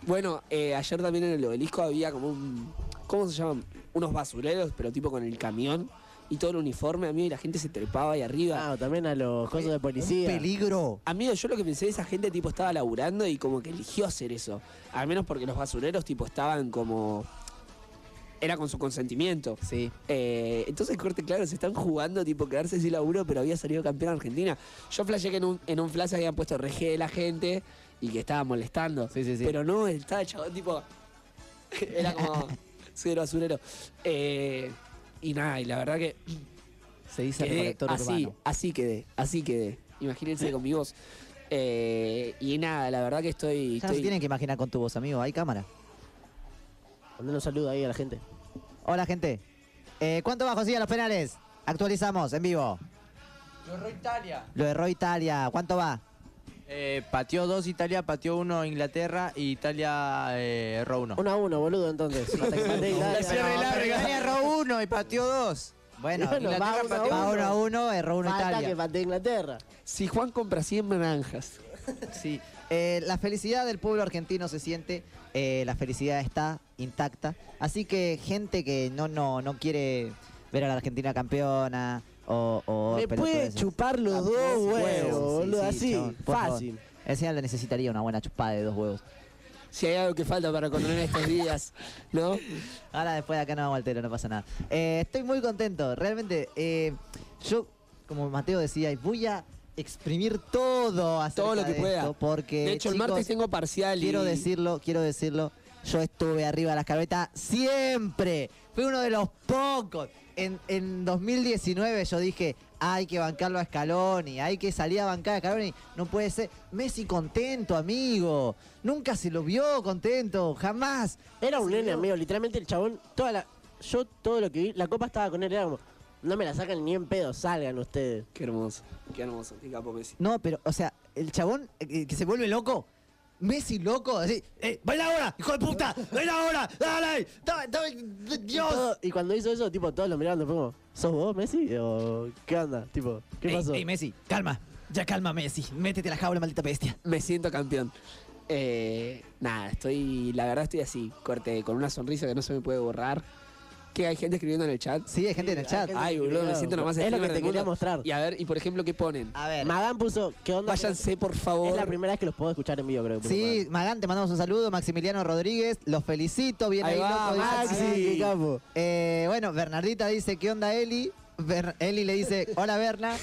Speaker 6: Bueno, eh, ayer también en el obelisco había como un. ¿Cómo se llaman? Unos basureros, pero tipo con el camión y todo el uniforme, amigo, y la gente se trepaba ahí arriba.
Speaker 9: Ah, también a los cosos de
Speaker 8: Un
Speaker 9: policía.
Speaker 8: peligro.
Speaker 6: Amigo, yo lo que pensé, esa gente tipo estaba laburando y como que eligió hacer eso. Al menos porque los basureros tipo estaban como. Era con su consentimiento.
Speaker 8: Sí.
Speaker 6: Eh, entonces, corte, claro, se están jugando, tipo, quedarse sin laburo, pero había salido campeón Argentina. Yo flashé que en un, en un flash habían puesto reje de la gente y que estaba molestando.
Speaker 8: Sí, sí, sí.
Speaker 6: Pero no, estaba el chabón, tipo. Era como. cero basurero. Eh, y nada, y la verdad que.
Speaker 8: Se dice
Speaker 6: Quedé
Speaker 8: recolector
Speaker 6: así,
Speaker 8: urbano.
Speaker 6: así quedé, así quedé. Imagínense con mi voz. Eh, y nada, la verdad que estoy.
Speaker 8: Ya no se
Speaker 6: estoy-
Speaker 8: tienen que imaginar con tu voz, amigo. Hay cámara.
Speaker 9: Mandale un saludo ahí a la gente.
Speaker 8: Hola, gente. Eh, ¿Cuánto bajó sigue a los penales? Actualizamos en vivo.
Speaker 1: Lo erró Italia.
Speaker 8: Lo erró Italia. ¿Cuánto va?
Speaker 1: Eh, pateó dos Italia, pateó uno Inglaterra y Italia eh, erró uno.
Speaker 9: Uno a uno, boludo, entonces. Hasta que mande Italia.
Speaker 1: No, pero Italia erró uno y pateó dos.
Speaker 8: Bueno,
Speaker 9: Bueno, va
Speaker 8: Inglaterra
Speaker 9: uno a
Speaker 8: pateó- va
Speaker 9: uno.
Speaker 8: uno a uno, erró uno
Speaker 9: Falta
Speaker 8: Italia.
Speaker 9: que patea Inglaterra.
Speaker 6: Si Juan compra 100 naranjas.
Speaker 8: Sí, eh, la felicidad del pueblo argentino se siente, eh, la felicidad está intacta. Así que gente que no, no, no quiere ver a la Argentina campeona o... o
Speaker 9: Le puede
Speaker 8: pelotudeces.
Speaker 9: chupar los
Speaker 8: Tampoco
Speaker 9: dos
Speaker 8: se puede,
Speaker 9: huevos,
Speaker 8: sí, sí,
Speaker 9: boludo,
Speaker 8: sí,
Speaker 9: así.
Speaker 8: chabón, por favor.
Speaker 9: fácil.
Speaker 8: El señor le necesitaría una buena chupada de dos huevos.
Speaker 6: Si hay algo que falta para controlar estos días, ¿no?
Speaker 8: Ahora después de acá no vamos al telo, no pasa nada. Eh, estoy muy contento, realmente. eh, yo, como Mateo decía, voy a exprimir todo acerca
Speaker 6: Todo lo que
Speaker 8: de
Speaker 6: pueda.
Speaker 8: esto, porque
Speaker 6: De hecho, el martes
Speaker 8: Eh, chicos,
Speaker 6: tengo parcial y-
Speaker 8: quiero decirlo quiero decirlo yo estuve arriba de las carpetas siempre fui uno de los pocos en, en 2019 yo dije hay que bancarlo a Scaloni hay que salir a bancar a Scaloni no puede ser Messi contento amigo nunca se lo vio contento jamás
Speaker 9: Era un nene, amigo. Literalmente el chabón, toda la. Yo todo lo que vi, la copa estaba con él, era como. No me la sacan ni en pedo, salgan ustedes.
Speaker 6: Qué hermoso, qué hermoso, qué capo Messi.
Speaker 8: No, pero, o sea, el chabón eh, que se vuelve loco, Messi loco, así, ¡eh, baila ahora, hijo de puta! ¡Baila ahora! ¡Dale! ¡Dame, dame,
Speaker 9: Y,
Speaker 8: dios
Speaker 9: todo- y cuando hizo eso, tipo, todos lo miraban, fue como, ¿sos vos, Messi? ¿O qué onda? Tipo, ¿qué
Speaker 8: Ey,
Speaker 9: pasó?
Speaker 8: ey, Messi, calma. Ya calma, Messi. Métete a la jaula, maldita bestia.
Speaker 6: Me siento campeón. Eh, nada, estoy, la verdad estoy así, corte, con una sonrisa que no se me puede borrar. Que hay gente escribiendo en el chat.
Speaker 8: Sí, hay gente en el chat.
Speaker 6: Ay, boludo, me siento nomás
Speaker 9: Es lo que
Speaker 6: streamer
Speaker 9: te
Speaker 6: del
Speaker 9: quería
Speaker 6: mundo.
Speaker 9: mostrar. Ah,
Speaker 6: Y a ver, y por ejemplo, ¿qué ponen?
Speaker 8: A ver.
Speaker 9: Magán puso, ¿qué onda?
Speaker 6: Váyanse, por
Speaker 9: Es
Speaker 6: favor.
Speaker 9: la primera vez que los puedo escuchar en vivo, creo. que puso
Speaker 8: Sí,
Speaker 9: Magán.
Speaker 8: Magán, te mandamos un saludo. Maximiliano Rodríguez, los felicito. Bien
Speaker 6: Ahí
Speaker 8: ahí,
Speaker 6: va,
Speaker 8: loco. dice
Speaker 6: Maxi.
Speaker 8: Maxi. Qué capo. Eh, bueno, Bernardita dice, ¿qué onda, Eli? Ber- Eli le dice, hola, Berna.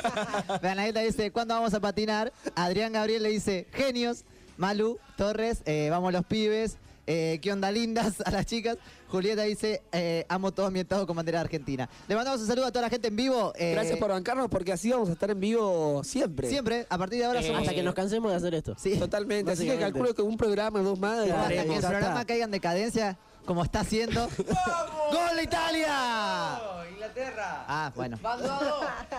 Speaker 8: Bernardita dice, ¿cuándo vamos a patinar? Adrián Gabriel le dice, genios. Malu Torres, eh, vamos los pibes. Eh, ¿Qué onda, lindas? A las chicas. Julieta dice, eh, amo todos mi estado con bandera argentina. Le mandamos un saludo a toda la gente en vivo. eh,
Speaker 6: Gracias por bancarnos porque así vamos a estar en vivo siempre.
Speaker 8: Siempre, a partir de ahora
Speaker 6: Eh,
Speaker 8: somos...
Speaker 9: Hasta que nos cansemos de hacer esto.
Speaker 8: Sí.
Speaker 6: Totalmente. Así que
Speaker 9: Básicamente.
Speaker 6: calculo que un programa, dos más.
Speaker 8: Hasta que
Speaker 6: haremos.
Speaker 8: el programa caiga en decadencia, como está haciendo. ¡Gol de Italia!
Speaker 1: Inglaterra.
Speaker 8: Ah, bueno.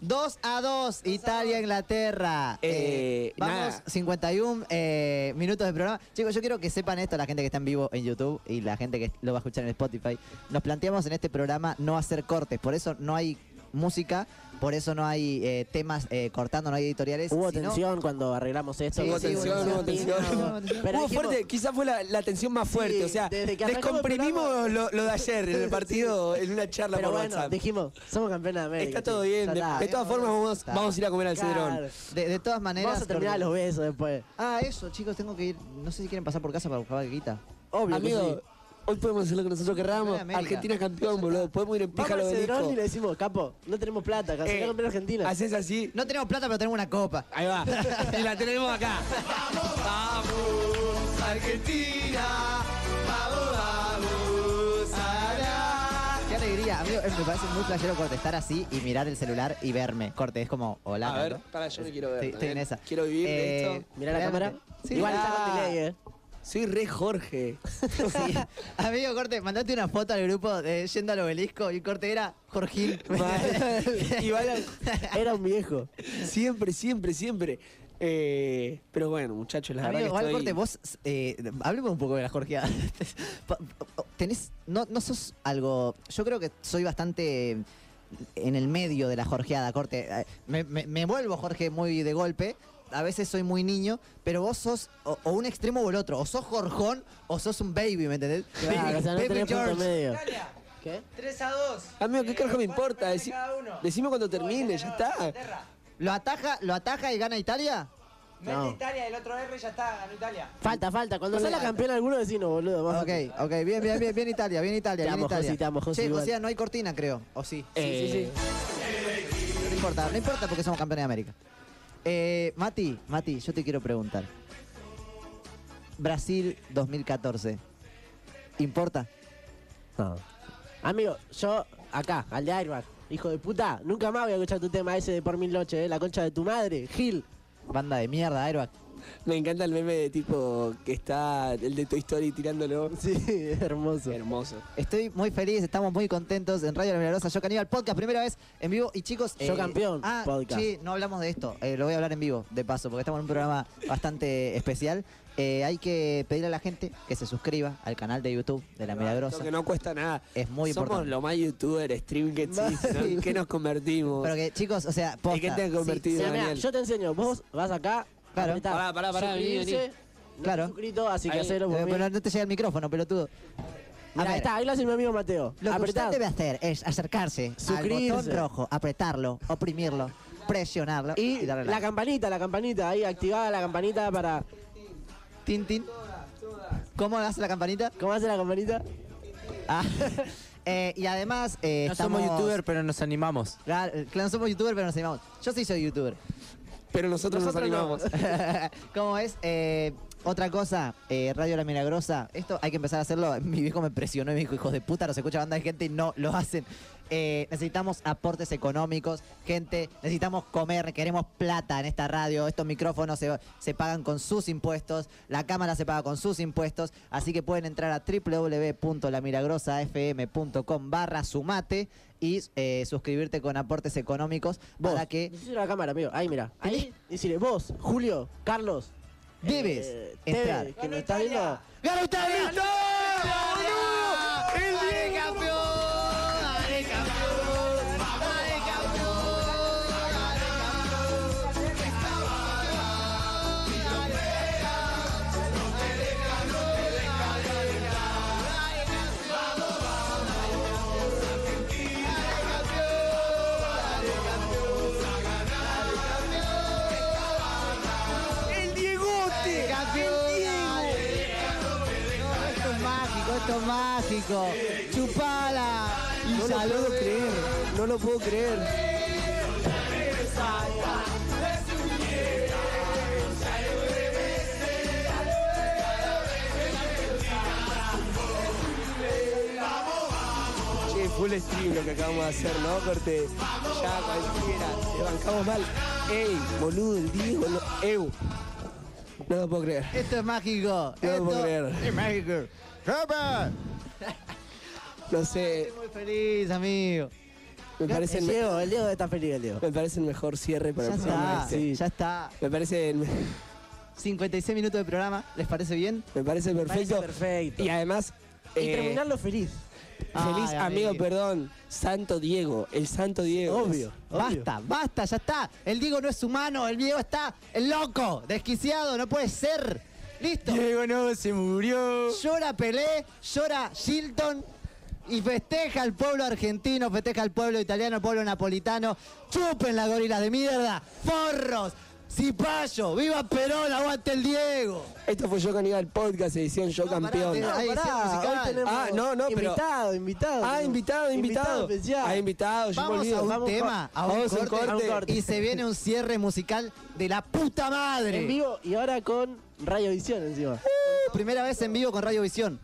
Speaker 8: 2 a 2, Italia-Inglaterra.
Speaker 6: Eh,
Speaker 8: vamos,
Speaker 6: nada.
Speaker 8: 51 eh, minutos de programa. Chicos, yo quiero que sepan esto, la gente que está en vivo en YouTube y la gente que lo va a escuchar en Spotify. Nos planteamos en este programa no hacer cortes, por eso no hay música, por eso no hay eh, temas eh, cortando, no hay editoriales.
Speaker 9: Hubo
Speaker 8: sino-
Speaker 9: tensión cuando arreglamos esto.
Speaker 8: Sí,
Speaker 6: Hubo
Speaker 9: Hubo
Speaker 8: sí,
Speaker 6: tensión, hubo
Speaker 8: bueno,
Speaker 6: tensión.
Speaker 8: sí, bueno, sí.
Speaker 9: Pero
Speaker 6: Hubo
Speaker 9: dijimos-
Speaker 6: fuerte, quizás fue la, la tensión más fuerte.
Speaker 9: Sí,
Speaker 6: o sea,
Speaker 9: desde que arrancamos el
Speaker 6: descomprimimos
Speaker 9: programa.
Speaker 6: lo, lo de ayer en el partido, en una charla
Speaker 9: Pero
Speaker 6: por
Speaker 9: bueno,
Speaker 6: WhatsApp.
Speaker 9: dijimos, somos campeones de América.
Speaker 6: Está todo
Speaker 9: sí.
Speaker 6: bien.
Speaker 9: Ya
Speaker 6: De,
Speaker 9: está.
Speaker 6: de todas formas, vamos,
Speaker 8: Está.
Speaker 6: vamos a ir a comer al
Speaker 9: Claro.
Speaker 6: Cedrón.
Speaker 8: De, de todas maneras.
Speaker 9: Vamos a terminar
Speaker 8: porque-
Speaker 9: los besos después.
Speaker 8: Ah, eso, chicos, tengo que ir. No sé si quieren pasar por casa para buscar vaquita.
Speaker 9: Obvio. que
Speaker 6: Amigo,
Speaker 9: sí.
Speaker 6: hoy podemos hacer lo que nosotros querramos.
Speaker 8: América.
Speaker 6: Argentina es campeón, boludo. Podemos ir en
Speaker 9: Vamos
Speaker 6: pija
Speaker 9: al
Speaker 6: lo
Speaker 9: Cedrón y le
Speaker 6: obelisco.
Speaker 9: decimos, capo, no tenemos plata, cancelá
Speaker 6: Eh,
Speaker 9: campeón Argentina.
Speaker 6: Haces así.
Speaker 8: No tenemos plata, pero tenemos una copa.
Speaker 6: Ahí va. Y la tenemos acá. Vamos, vamos, Argentina. Vamos, vamos, a
Speaker 8: Qué alegría, amigo. Eh, Me parece muy playero contestar así y mirar el celular y verme. Corte, es como, hola.
Speaker 6: A ver,
Speaker 8: Carlos.
Speaker 6: para, yo me quiero ver.
Speaker 8: Estoy, estoy en
Speaker 6: ¿eh?
Speaker 8: esa.
Speaker 6: Quiero vivir de
Speaker 8: Eh,
Speaker 6: esto.
Speaker 9: Mirá la
Speaker 8: realmente.
Speaker 9: cámara.
Speaker 8: Sí.
Speaker 9: Igual
Speaker 8: Ah,
Speaker 9: está con delay, eh.
Speaker 6: Soy re Jorge.
Speaker 8: sí. Amigo, corte, mandate una foto al grupo de yendo al obelisco y corte era Jorgín.
Speaker 6: y bailan
Speaker 9: Era un viejo.
Speaker 6: siempre, siempre, siempre. Eh, pero bueno, muchachos, la
Speaker 8: Amigo,
Speaker 6: verdad
Speaker 8: igual
Speaker 6: que
Speaker 8: corte,
Speaker 6: estoy...
Speaker 8: vos, eh, hablemos un poco de la Jorgeada. Pa- pa- Tenés, no, no sos algo, yo creo que soy bastante eh, en el medio de la Jorgeada, corte. Eh, Me, me- me vuelvo, Jorge, muy de golpe. A veces soy muy niño, pero vos sos o, o un extremo o el otro. O sos Jorjón o sos un baby, ¿me entendés?
Speaker 9: Claro, o sea, no
Speaker 8: Baby
Speaker 9: tenés punto
Speaker 8: George.
Speaker 9: medio.
Speaker 1: Italia,
Speaker 9: ¿Qué?
Speaker 1: 3 a 2.
Speaker 6: Amigo, ¿qué
Speaker 1: Eh,
Speaker 6: carajo me
Speaker 1: cuatro
Speaker 6: importa?
Speaker 1: penales
Speaker 6: Decí-
Speaker 1: cada uno.
Speaker 6: Decime cuando termine,
Speaker 1: Gana
Speaker 6: ya está.
Speaker 1: Inglaterra.
Speaker 8: ¿Lo ataja, ¿Lo ataja y gana Italia?
Speaker 1: Mete
Speaker 9: No.
Speaker 1: Italia, el otro R y ya está, ganó Italia.
Speaker 9: Falta, falta. Cuando salga campeón alguno vecino, boludo. vamos.
Speaker 8: Ok, ok, bien, bien, bien, bien Italia, bien Italia,
Speaker 9: Te
Speaker 8: bien
Speaker 9: amo,
Speaker 8: Italia.
Speaker 9: Josi, te amo, Josi,
Speaker 8: Che,
Speaker 9: igual.
Speaker 8: o sea, no hay cortina, creo, o sí.
Speaker 9: Sí, sí,
Speaker 8: Eh.
Speaker 9: sí.
Speaker 8: No importa, no importa porque somos campeones de América. Eh, Mati, Mati, yo te quiero preguntar. Brasil 2014. ¿Importa?
Speaker 9: No. Amigo, yo acá, al de Airbag, hijo de puta, nunca más voy a escuchar tu tema ese de por mil noches, eh, la concha de tu madre, Gil.
Speaker 8: Banda de mierda, Airbag.
Speaker 6: Me encanta el meme de tipo que está el de Toy Story tirándolo.
Speaker 9: Sí, hermoso.
Speaker 6: Hermoso.
Speaker 8: Estoy muy feliz, estamos muy contentos en Radio La Milagrosa. Yo Caníbal Podcast, primera vez en vivo. Y chicos.
Speaker 9: Yo Campeón
Speaker 8: Ah,
Speaker 9: Podcast.
Speaker 8: sí, no hablamos de esto. eh, lo voy a hablar en vivo, de paso, porque estamos en un programa bastante especial. Eh, hay que pedirle a la gente que se suscriba al canal de YouTube de La Milagrosa.
Speaker 6: Lo que no cuesta nada.
Speaker 8: Es muy
Speaker 6: Somos
Speaker 8: importante.
Speaker 6: lo más youtuber, stream que existe. ¿no? ¿En qué nos convertimos?
Speaker 8: Pero que, chicos, o sea, posta,
Speaker 6: ¿En qué te has
Speaker 8: sí,
Speaker 6: convertido,
Speaker 9: Mira, mira,
Speaker 6: Daniel?
Speaker 9: yo te enseño, vos vas acá,
Speaker 8: Claro.
Speaker 9: apretás,
Speaker 6: Pará, pará, pará, vení,
Speaker 9: suscribirse,
Speaker 6: vení.
Speaker 9: no
Speaker 8: Claro.
Speaker 9: estoy suscrito, así que
Speaker 6: Ahí.
Speaker 9: hacelo por
Speaker 8: Eh,
Speaker 9: mí.
Speaker 8: Pero no te llega el micrófono, pelotudo. A
Speaker 9: Mirá,
Speaker 8: ver,
Speaker 9: está, ahí lo hace mi amigo Mateo.
Speaker 8: lo que
Speaker 9: Apretá.
Speaker 8: usted debe hacer es acercarse
Speaker 9: Suscribirse.
Speaker 8: al botón rojo, apretarlo, oprimirlo, presionarlo y,
Speaker 9: Y
Speaker 8: darle
Speaker 9: la
Speaker 8: like.
Speaker 9: campanita, la campanita, ahí activada la campanita para...
Speaker 8: Tin, tin. ¿Cómo hace la campanita?
Speaker 9: ¿Cómo hace la campanita?
Speaker 8: Ah, Eh, y además. eh,
Speaker 10: No somos
Speaker 8: estamos-
Speaker 10: youtuber, pero nos animamos.
Speaker 8: Claro, claro, somos youtuber, pero nos animamos. Yo sí soy youtuber.
Speaker 6: Pero nosotros, nos animamos.
Speaker 8: Nosotros no. ¿Cómo es? Eh, otra cosa, eh, Radio La Milagrosa. Esto hay que empezar a hacerlo. Mi viejo me presionó y me dijo, hijos de puta, nos escucha banda de gente y no lo hacen. Eh, necesitamos aportes económicos, gente, necesitamos comer, queremos plata en esta radio. Estos micrófonos se, se pagan con sus impuestos, la cámara se paga con sus impuestos. Así que pueden entrar a www.lamilagrosafm.com barra sumate y eh, suscribirte con aportes económicos para que
Speaker 9: Decíselo a la cámara, amigo. Ahí, mira. Ahí, decirle, vos, Julio, Carlos.
Speaker 8: Debes
Speaker 9: eh,
Speaker 8: entrar.
Speaker 9: Tevez, que nos estás viendo.
Speaker 8: ¡Gana Italia! ¡No!
Speaker 3: ¡El Diego!
Speaker 6: ¡El Diegote!
Speaker 8: Esto es mágico, esto es mágico. ¡Chupala!
Speaker 6: No lo
Speaker 8: Salud.
Speaker 6: puedo creer, no lo puedo creer. Che, full stream lo que acabamos de hacer, ¿no? Corte, ya cualquiera, te bancamos mal. Ey, boludo, el Diego, no, eu. No lo puedo creer.
Speaker 8: Esto es mágico.
Speaker 6: No lo
Speaker 8: esto
Speaker 6: puedo creer.
Speaker 8: es mágico. ¡Chapa!
Speaker 6: No sé,
Speaker 8: Estoy muy feliz, amigo.
Speaker 6: me parece
Speaker 9: El
Speaker 6: el,
Speaker 9: Diego, el Diego está feliz, el Diego.
Speaker 6: me parece el mejor cierre para
Speaker 8: Ya
Speaker 6: el programa.
Speaker 8: está,
Speaker 6: este.
Speaker 8: ya está.
Speaker 6: Me parece el-
Speaker 8: 56 minutos de programa, ¿les parece bien?
Speaker 6: me parece perfecto.
Speaker 9: Parece perfecto.
Speaker 6: Y además.
Speaker 9: Y
Speaker 6: eh,
Speaker 9: terminarlo feliz.
Speaker 6: Feliz
Speaker 8: Ay,
Speaker 6: amigo,
Speaker 8: amigo.
Speaker 6: perdón. Santo Diego, el Santo Diego.
Speaker 9: Obvio.
Speaker 8: Basta, basta, ya está. El Diego no es humano, el Diego está el loco, desquiciado, no puede ser. Listo.
Speaker 10: Diego no se murió.
Speaker 8: Llora Pelé, llora Shilton y festeja al pueblo argentino, festeja al pueblo italiano, pueblo napolitano. Chupen las gorilas de mierda, forros, cipayo, viva Perón, aguante el Diego.
Speaker 6: Esto fue Yo Caníbal Podcast, edición Yo
Speaker 8: pará,
Speaker 6: Campeón.
Speaker 8: te- ahí, sí, musical.
Speaker 6: Ah, no, no, pero-
Speaker 9: Invitado, invitado.
Speaker 6: ah, invitado, invitado.
Speaker 9: especial.
Speaker 6: Ah, invitado, yo me
Speaker 8: Vamos
Speaker 6: olvido.
Speaker 8: a un
Speaker 6: Vamos
Speaker 8: tema,
Speaker 6: pa-
Speaker 8: a un,
Speaker 6: vamos
Speaker 8: corte,
Speaker 9: a un corte.
Speaker 8: y se viene un cierre musical de la puta madre.
Speaker 9: En vivo y ahora con Radio Visión encima.
Speaker 8: Primera vez en vivo con Radio Visión.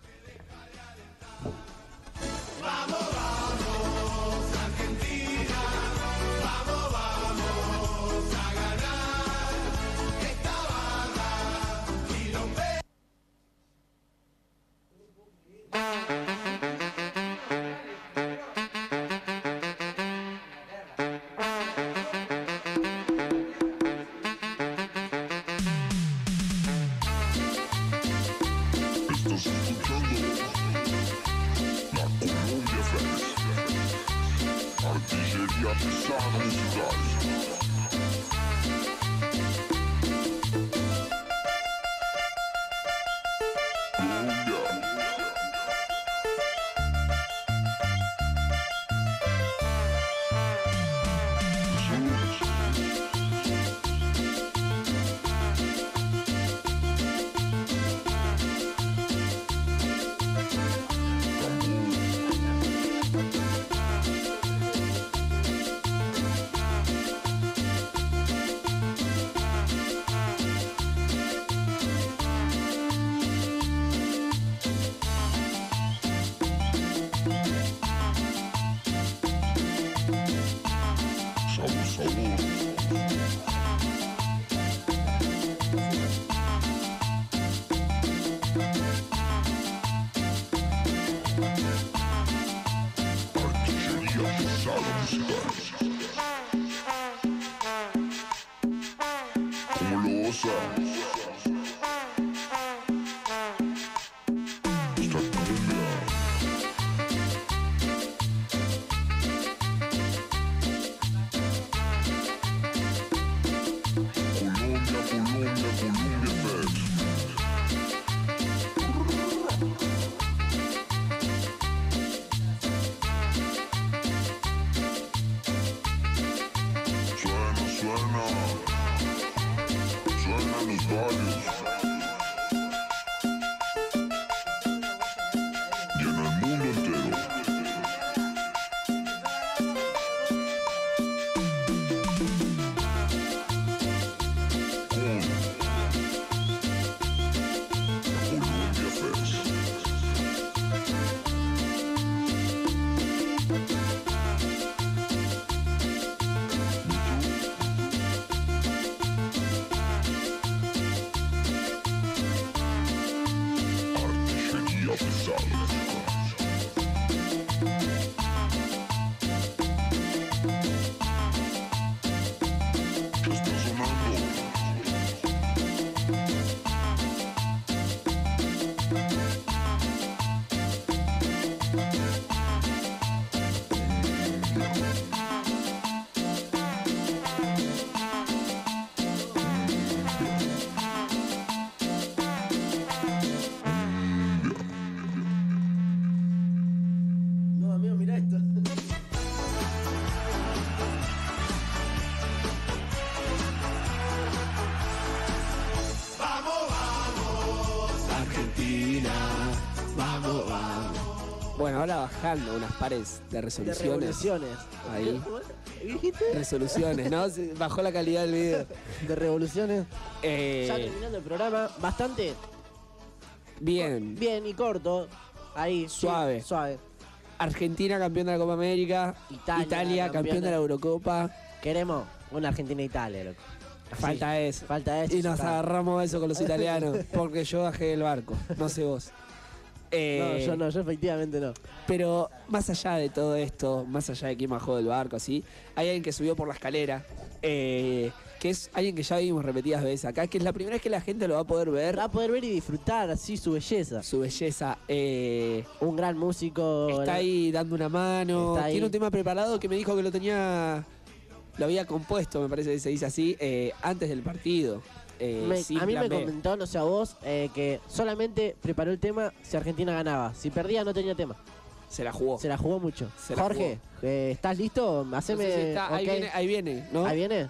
Speaker 11: Colombia, Colombia, Colombia,
Speaker 6: Bueno, ahora bajando unas pares de resoluciones.
Speaker 9: revoluciones.
Speaker 6: Ahí. Resoluciones, ¿no? Se- Bajó la calidad del video.
Speaker 9: De revoluciones.
Speaker 6: Eh,
Speaker 9: Ya terminando el programa, bastante
Speaker 6: bien.
Speaker 9: bien y corto. Ahí. sí,
Speaker 6: Suave.
Speaker 9: suave.
Speaker 6: Argentina campeón de la Copa América.
Speaker 9: Italia,
Speaker 6: Italia, campeón de la Eurocopa.
Speaker 9: Queremos una Argentina-Italia, loco.
Speaker 6: Falta eso.
Speaker 9: Falta eso.
Speaker 6: Y nos
Speaker 9: está.
Speaker 6: agarramos a eso con los italianos. Porque yo bajé del barco. No sé vos.
Speaker 9: No,
Speaker 6: Eh,
Speaker 9: yo no, yo efectivamente no.
Speaker 6: Pero más allá de todo esto, más allá de quién bajó del barco, así, hay alguien que subió por la escalera, eh, que es alguien que ya vimos repetidas veces acá, que es la primera vez que la gente lo va a poder ver.
Speaker 9: Va a poder ver y disfrutar así su belleza.
Speaker 6: Su belleza. eh,
Speaker 9: Un gran músico.
Speaker 6: está
Speaker 9: gran-
Speaker 6: ahí dando una mano.
Speaker 9: Está ahí.
Speaker 6: Tiene un tema preparado que me dijo que lo tenía. Lo había compuesto, me parece que se dice así, eh, antes del partido. eh,
Speaker 9: Me-
Speaker 6: sin
Speaker 9: a mí
Speaker 6: plan
Speaker 9: me
Speaker 6: B.
Speaker 9: comentó, no sé a vos, eh, que solamente preparó el tema si Argentina ganaba. Si perdía, no tenía tema.
Speaker 6: Se la jugó.
Speaker 9: Se la jugó mucho.
Speaker 6: Se la
Speaker 9: Jorge, eh, ¿estás listo?
Speaker 6: No
Speaker 9: Haceme.
Speaker 6: sé si está- ahí,
Speaker 9: ok.
Speaker 6: viene, ahí viene, ¿no?
Speaker 9: Ahí viene.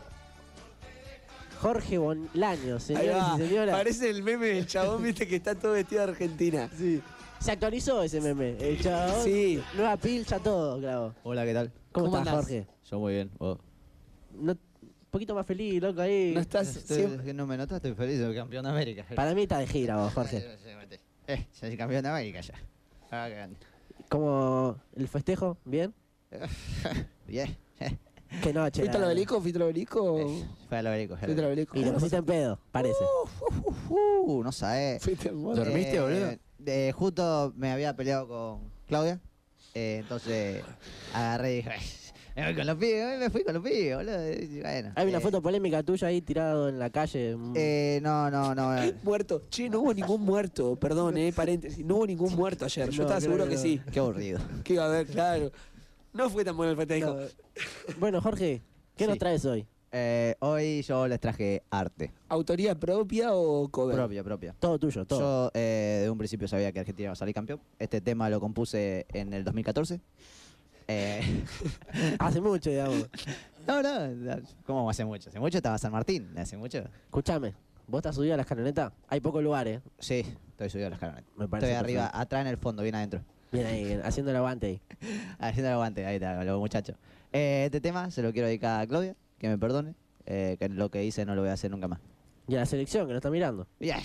Speaker 9: Jorge Bolaño,
Speaker 6: Ahí
Speaker 9: señores
Speaker 6: va.
Speaker 9: y señoras.
Speaker 6: Parece el meme del chabón, viste, que está todo vestido de Argentina.
Speaker 9: Sí. Se actualizó ese meme. El chabón,
Speaker 6: Sí.
Speaker 9: Nueva pilcha, todo, claro.
Speaker 10: Hola, ¿qué tal?
Speaker 9: ¿Cómo,
Speaker 6: ¿Cómo
Speaker 9: estás,
Speaker 6: andás?
Speaker 9: Jorge?
Speaker 10: Yo muy bien. vos.
Speaker 9: No- un poquito más feliz, loco, ahí.
Speaker 6: No estás
Speaker 9: Este,
Speaker 10: Estoy-
Speaker 6: siempre-
Speaker 10: no me notas, estoy feliz, soy campeón de América.
Speaker 9: Para mí está de gira vos, Jorge.
Speaker 10: Eh, ya soy campeón de América ya. Ah, qué grande.
Speaker 9: ¿Cómo el festejo? ¿Bien?
Speaker 10: Bien.
Speaker 9: Qué noche.
Speaker 6: ¿Fuiste al
Speaker 9: la verdad.
Speaker 6: obelisco? ¿Fuiste al obelisco?
Speaker 10: Eh, Fue a lo bélico.
Speaker 6: ¿Fuiste al obelisco?
Speaker 9: Y lo pusiste en pedo, parece.
Speaker 8: Uh, no sabes.
Speaker 6: ¿Fuiste al mono?
Speaker 10: ¿Dormiste, boludo?
Speaker 8: eh, justo me había peleado con Claudia. eh, entonces agarré y dije, me voy con los pibes, me fui con los pibes, boludo. y bueno,
Speaker 9: Hay una
Speaker 8: eh,
Speaker 9: foto polémica tuya ahí tirado en la calle. mm,
Speaker 8: eh, no, no, no. eh,
Speaker 6: Muerto. Che, no hubo ningún muerto. Perdón, eh, paréntesis. No hubo ningún muerto ayer. Yo
Speaker 9: No,
Speaker 6: estaba
Speaker 9: creo
Speaker 6: seguro
Speaker 9: que
Speaker 6: que
Speaker 9: no.
Speaker 6: sí.
Speaker 8: Qué aburrido.
Speaker 6: Que iba a haber, claro. No fue tan bueno el festejo.
Speaker 9: Bueno, Jorge, ¿qué nos
Speaker 8: Sí.
Speaker 9: traes hoy?
Speaker 8: Eh, hoy yo les traje arte.
Speaker 6: ¿Autoría propia o cover?
Speaker 8: Propia, propia.
Speaker 9: Todo tuyo, todo.
Speaker 8: Yo eh, de un principio sabía que Argentina iba a salir campeón. Este tema lo compuse en el 2014. Eh,
Speaker 9: Hace mucho, digamos.
Speaker 8: no, no, ¿cómo hace mucho? Hace mucho estaba San Martín, hace mucho.
Speaker 9: Escuchame, ¿vos estás subido a las escaloneta? Hay pocos lugares,
Speaker 8: Sí, estoy subido a las carones.
Speaker 9: me parece.
Speaker 8: Estoy arriba, atrás en el fondo, bien adentro.
Speaker 9: perfecto. Bien ahí, bien, haciendo el aguante ahí.
Speaker 8: Haciendo el aguante, ahí está, los muchachos. Eh, este tema se lo quiero dedicar a Claudia, que me perdone, eh, que lo que hice no lo voy a hacer nunca más.
Speaker 9: Y a la selección, que nos está mirando.
Speaker 8: Ya.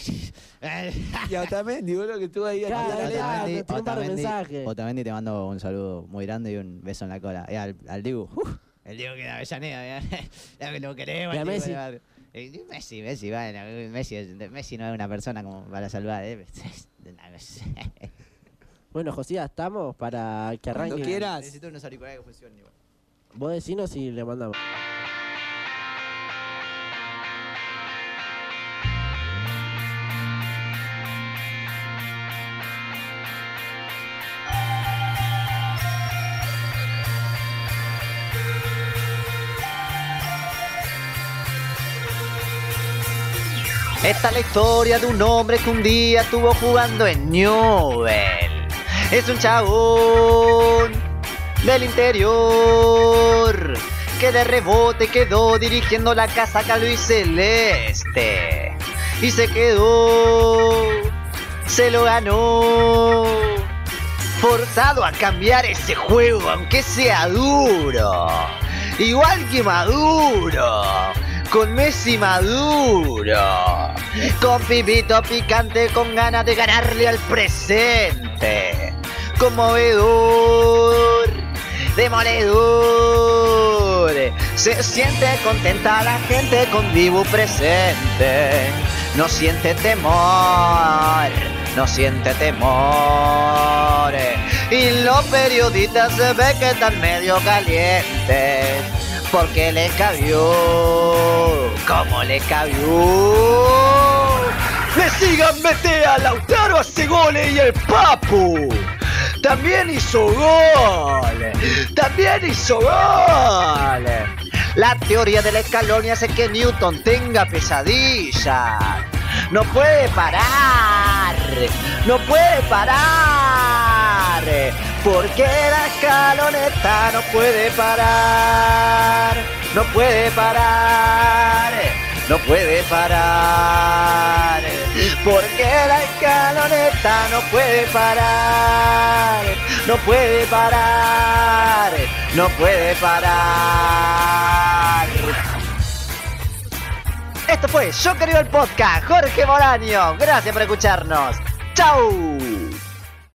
Speaker 6: Y Otamendi, boludo, que estuvo ahí.
Speaker 9: Claro,
Speaker 6: atrás de la
Speaker 9: claro.
Speaker 6: lata.
Speaker 9: tiene un par de mensajes.
Speaker 8: Otamendi, te mando un saludo muy grande y un beso en la cola. Y al, al Dibu, uf, el Dibu que de Avellaneda, mirá, ya que lo queremos.
Speaker 9: Y a
Speaker 8: el Dibu
Speaker 9: Messi.
Speaker 8: de barrio. Eh, Messi, Messi, bueno, Messi, es- Messi no es una persona como para saludar. eh.
Speaker 9: Bueno, Josía, estamos para que
Speaker 6: Cuando
Speaker 9: arranque.
Speaker 6: quieras.
Speaker 10: Necesito unos auriculares que funcionen igual.
Speaker 9: Vos decinos y le mandamos.
Speaker 11: Esta es la historia de un hombre que un día estuvo jugando en Newell. Es un chabón del interior que de rebote quedó dirigiendo la casaca Luis Celeste. Y se quedó, se lo ganó. Forzado a cambiar ese juego, aunque sea duro. Igual que Maduro con Messi Maduro, con Pibito Picante con ganas de ganarle al presente, conmovedor, demoledor, se siente contenta la gente con Dibu presente, no siente temor, no siente temor, y los periodistas se ve que están medio calientes porque le cabió. como le cabió? Le sigan mete a Lautaro hace goles y el Papu. También hizo gol. También hizo gol. La teoría de la escalonia hace que Newton tenga pesadillas. No puede parar. No puede parar. Porque la escaloneta no puede parar. No puede parar. no puede parar. Porque la escaloneta no puede parar. No puede parar. No puede parar. Esto fue Yo Creo el Podcast, Jorge Moraño. Gracias por escucharnos. ¡Chau!